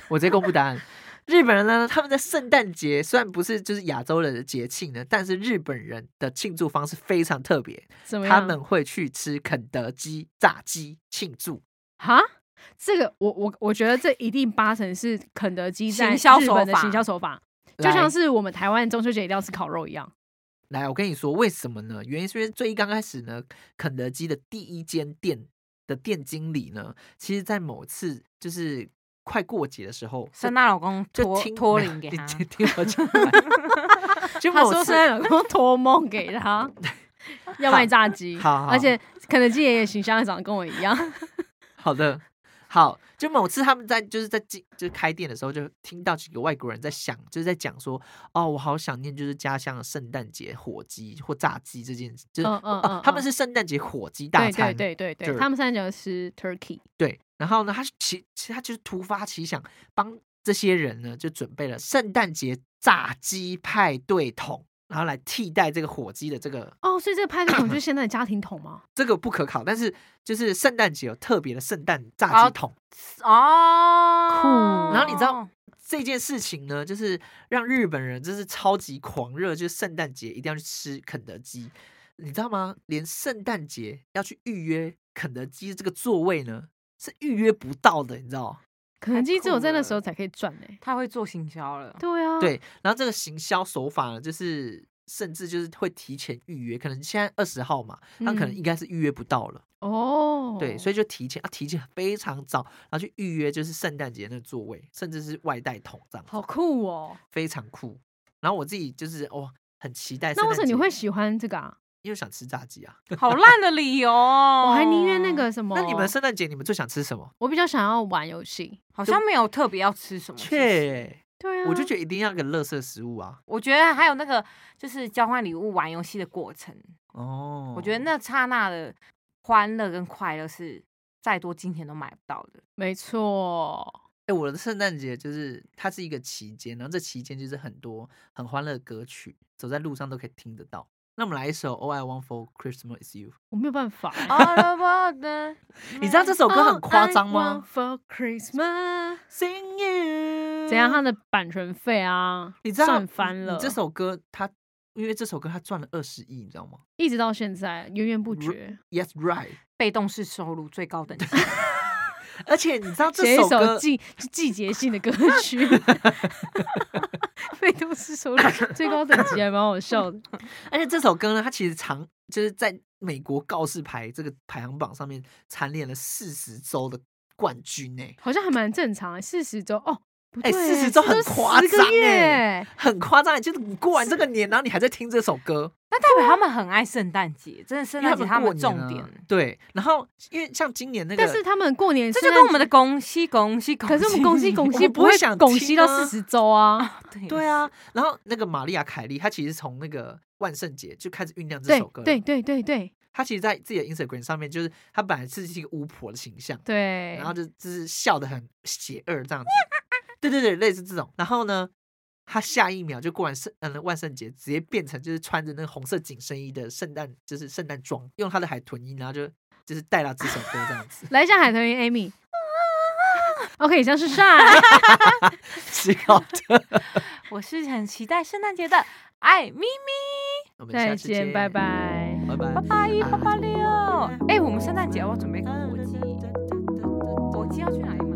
Speaker 3: 我直接公布答案。日本人呢，他们在圣诞节虽然不是就是亚洲人的节庆呢，但是日本人的庆祝方式非常特别，
Speaker 2: 怎么样？
Speaker 3: 他们会去吃肯德基炸鸡庆祝。
Speaker 2: 哈，这个我我我觉得这一定八成是肯德基在
Speaker 1: 行销
Speaker 2: 日
Speaker 1: 手
Speaker 2: 本的
Speaker 1: 法
Speaker 2: 行销手法，就
Speaker 3: 来
Speaker 2: 像是我们台湾中秋节一定要吃烤肉一样。
Speaker 3: 来，我跟你说为什么呢？原因是因为最刚开始呢，肯德基的第一间店的店经理呢，其实在某次就是快过节的时候，
Speaker 1: 圣诞老公
Speaker 3: 就
Speaker 1: 脱
Speaker 3: 听
Speaker 1: 脱
Speaker 3: 没有
Speaker 1: 零给
Speaker 3: 你
Speaker 1: 他，
Speaker 3: 你听我 讲完，就
Speaker 2: 他
Speaker 3: 某
Speaker 2: 说
Speaker 3: 次
Speaker 2: 圣诞老公托梦给 他，要卖炸鸡，
Speaker 3: 好好
Speaker 2: 而且肯德基爷爷形象长得跟我一样，
Speaker 3: 好的，好，就某次他们在就是在进就是开店的时候，就听到几个外国人在想，就是在讲说，哦，我好想念就是家乡的圣诞节火鸡或炸鸡这件，就是、
Speaker 2: 嗯嗯
Speaker 3: 哦
Speaker 2: 嗯
Speaker 3: 他们
Speaker 2: 嗯
Speaker 3: 是圣诞节火鸡大
Speaker 2: 对
Speaker 3: 餐，
Speaker 2: 对对对对，
Speaker 3: 就是
Speaker 2: 他们现在讲的是 turkey，
Speaker 3: 对然后呢，他是其其实他就是突发奇想，帮这些人呢就准备了圣诞节炸鸡派对桶。然后来替代这个火鸡的这个
Speaker 2: 哦，所以这个派对桶就是现在的家庭桶吗？
Speaker 3: 这个不可考，但是就是圣诞节有特别的圣诞炸
Speaker 1: 好
Speaker 3: 鸡桶，
Speaker 1: 哦，
Speaker 2: 酷
Speaker 3: 然后你知道这件事情呢，就是让日本人真是超级狂热，就是圣诞节一定要去吃肯德基，你知道吗？连圣诞节要去预约肯德基这个座位呢，是预约不到的，你知道？
Speaker 2: 肯德基只有在那
Speaker 1: 酷
Speaker 2: 时候
Speaker 1: 了
Speaker 2: 才可以赚呢、
Speaker 1: 他会做行销了，
Speaker 2: 对啊，，
Speaker 3: 对，然后这个行销手法呢，就是甚至就是会提前预约，可能现在二十号嘛，那可能
Speaker 2: 嗯
Speaker 3: 应该是预约不到了，
Speaker 2: 哦，
Speaker 3: 对，所以就提前啊，提前非常早，然后去预约就是圣诞节那个座位，甚至是外带桶这样子。
Speaker 2: 好酷哦。
Speaker 3: 非常酷。然后我自己就是哦，很期待圣
Speaker 2: 那
Speaker 3: 诞节。
Speaker 2: 为什么你会喜欢这个啊？
Speaker 3: 因为想吃炸鸡啊？
Speaker 1: 好烂的理由哦，
Speaker 2: 我还宁愿那个什么，
Speaker 3: 那你们圣诞节你们最想吃什么？
Speaker 2: 我比较想要玩游戏。
Speaker 1: 好像没有特别要吃什么，其实
Speaker 3: 切，
Speaker 2: 对啊，
Speaker 3: 我就觉得一定要个乐色食物啊。
Speaker 1: 我觉得还有那个就是交换礼物玩游戏的过程，
Speaker 3: 哦，
Speaker 1: 我觉得那刹那的欢乐跟快乐是再多金钱都买不到的。
Speaker 2: 没错。
Speaker 3: 哎、我的圣诞节就是它是一个期间，然后这期间就是很多很欢乐的歌曲，走在路上都可以听得到。那我们来一首《All I Want for Christmas Is You》，
Speaker 2: 我没有办法欸、
Speaker 1: All about the，
Speaker 3: 你知道哦这首歌很夸张
Speaker 2: All I want
Speaker 3: 吗
Speaker 2: ？For Christmas，
Speaker 3: ？Sing you，
Speaker 2: 怎样？它的版权费啊，
Speaker 3: 你知道
Speaker 2: 赚翻了。
Speaker 3: 你这首歌它因为这首歌它赚了二十亿，你知道吗
Speaker 2: 一直到现在源源不绝。
Speaker 3: ？Yes, right。
Speaker 1: 被动式收入最高等级。
Speaker 3: 而且你知道这
Speaker 2: 写一
Speaker 3: 首
Speaker 2: 首
Speaker 3: 歌，
Speaker 2: 季季节性的 歌曲， 被动式收入最高等级还蛮好笑的。
Speaker 3: 而且这首歌呢，它其实长就是在美国告示牌这个排行榜上面蝉联了四十周的冠军呢、
Speaker 2: 好像还蛮正常的。四十周哦，不
Speaker 3: 哎
Speaker 2: 对，
Speaker 3: 40周很
Speaker 2: 这都
Speaker 3: 夸
Speaker 2: 10个
Speaker 3: 张
Speaker 2: 月
Speaker 3: 哎很夸张，就是你过完这个年，然后你还在听这首歌，
Speaker 1: 那代表他们很爱圣诞节，真的圣
Speaker 3: 因为
Speaker 1: 诞节他
Speaker 3: 过
Speaker 1: 们
Speaker 3: 年
Speaker 1: 重
Speaker 3: 啊
Speaker 1: 点。
Speaker 3: 对。然后因为像今年那个，
Speaker 2: 但是他们过年
Speaker 1: 这
Speaker 2: 圣
Speaker 1: 就跟
Speaker 2: 诞
Speaker 1: 我们的
Speaker 2: 节，
Speaker 1: 恭喜恭喜恭 喜，
Speaker 2: 可是我们拱西拱
Speaker 3: 我
Speaker 2: 西
Speaker 3: 们不会
Speaker 2: 会
Speaker 3: 想
Speaker 2: 拱西
Speaker 3: 听
Speaker 2: 到
Speaker 3: 啊
Speaker 2: 四十周啊。
Speaker 1: 对
Speaker 3: 对啊，然后那个玛利亚凯莉，她其实从那个万圣节就开始酝酿这
Speaker 2: 对
Speaker 3: 首歌了，
Speaker 2: 对对对对
Speaker 3: 她其实，在自己的 Instagram 上面，就是她本来是一个巫婆的形象，
Speaker 2: 对，，
Speaker 3: 然后就就是笑得很邪恶这样子。 对对对，类似这种。然后呢，他下一秒就过完圣嗯万圣节，直接变成就是穿着那个红色紧身衣的圣诞，就是圣诞装，用他的海豚音，然后就就是带到这首歌这样子
Speaker 2: 来一下海豚音 Amy。OK，像是 帅，
Speaker 3: 是高的。
Speaker 1: 我是很期待圣诞节的，爱咪咪，
Speaker 3: 我们下
Speaker 2: 再
Speaker 3: 次
Speaker 2: 见，拜，拜。
Speaker 3: 拜拜，
Speaker 1: 八八一八八六。哎，我们圣诞节要不要准备个火鸡，火鸡要去哪里买？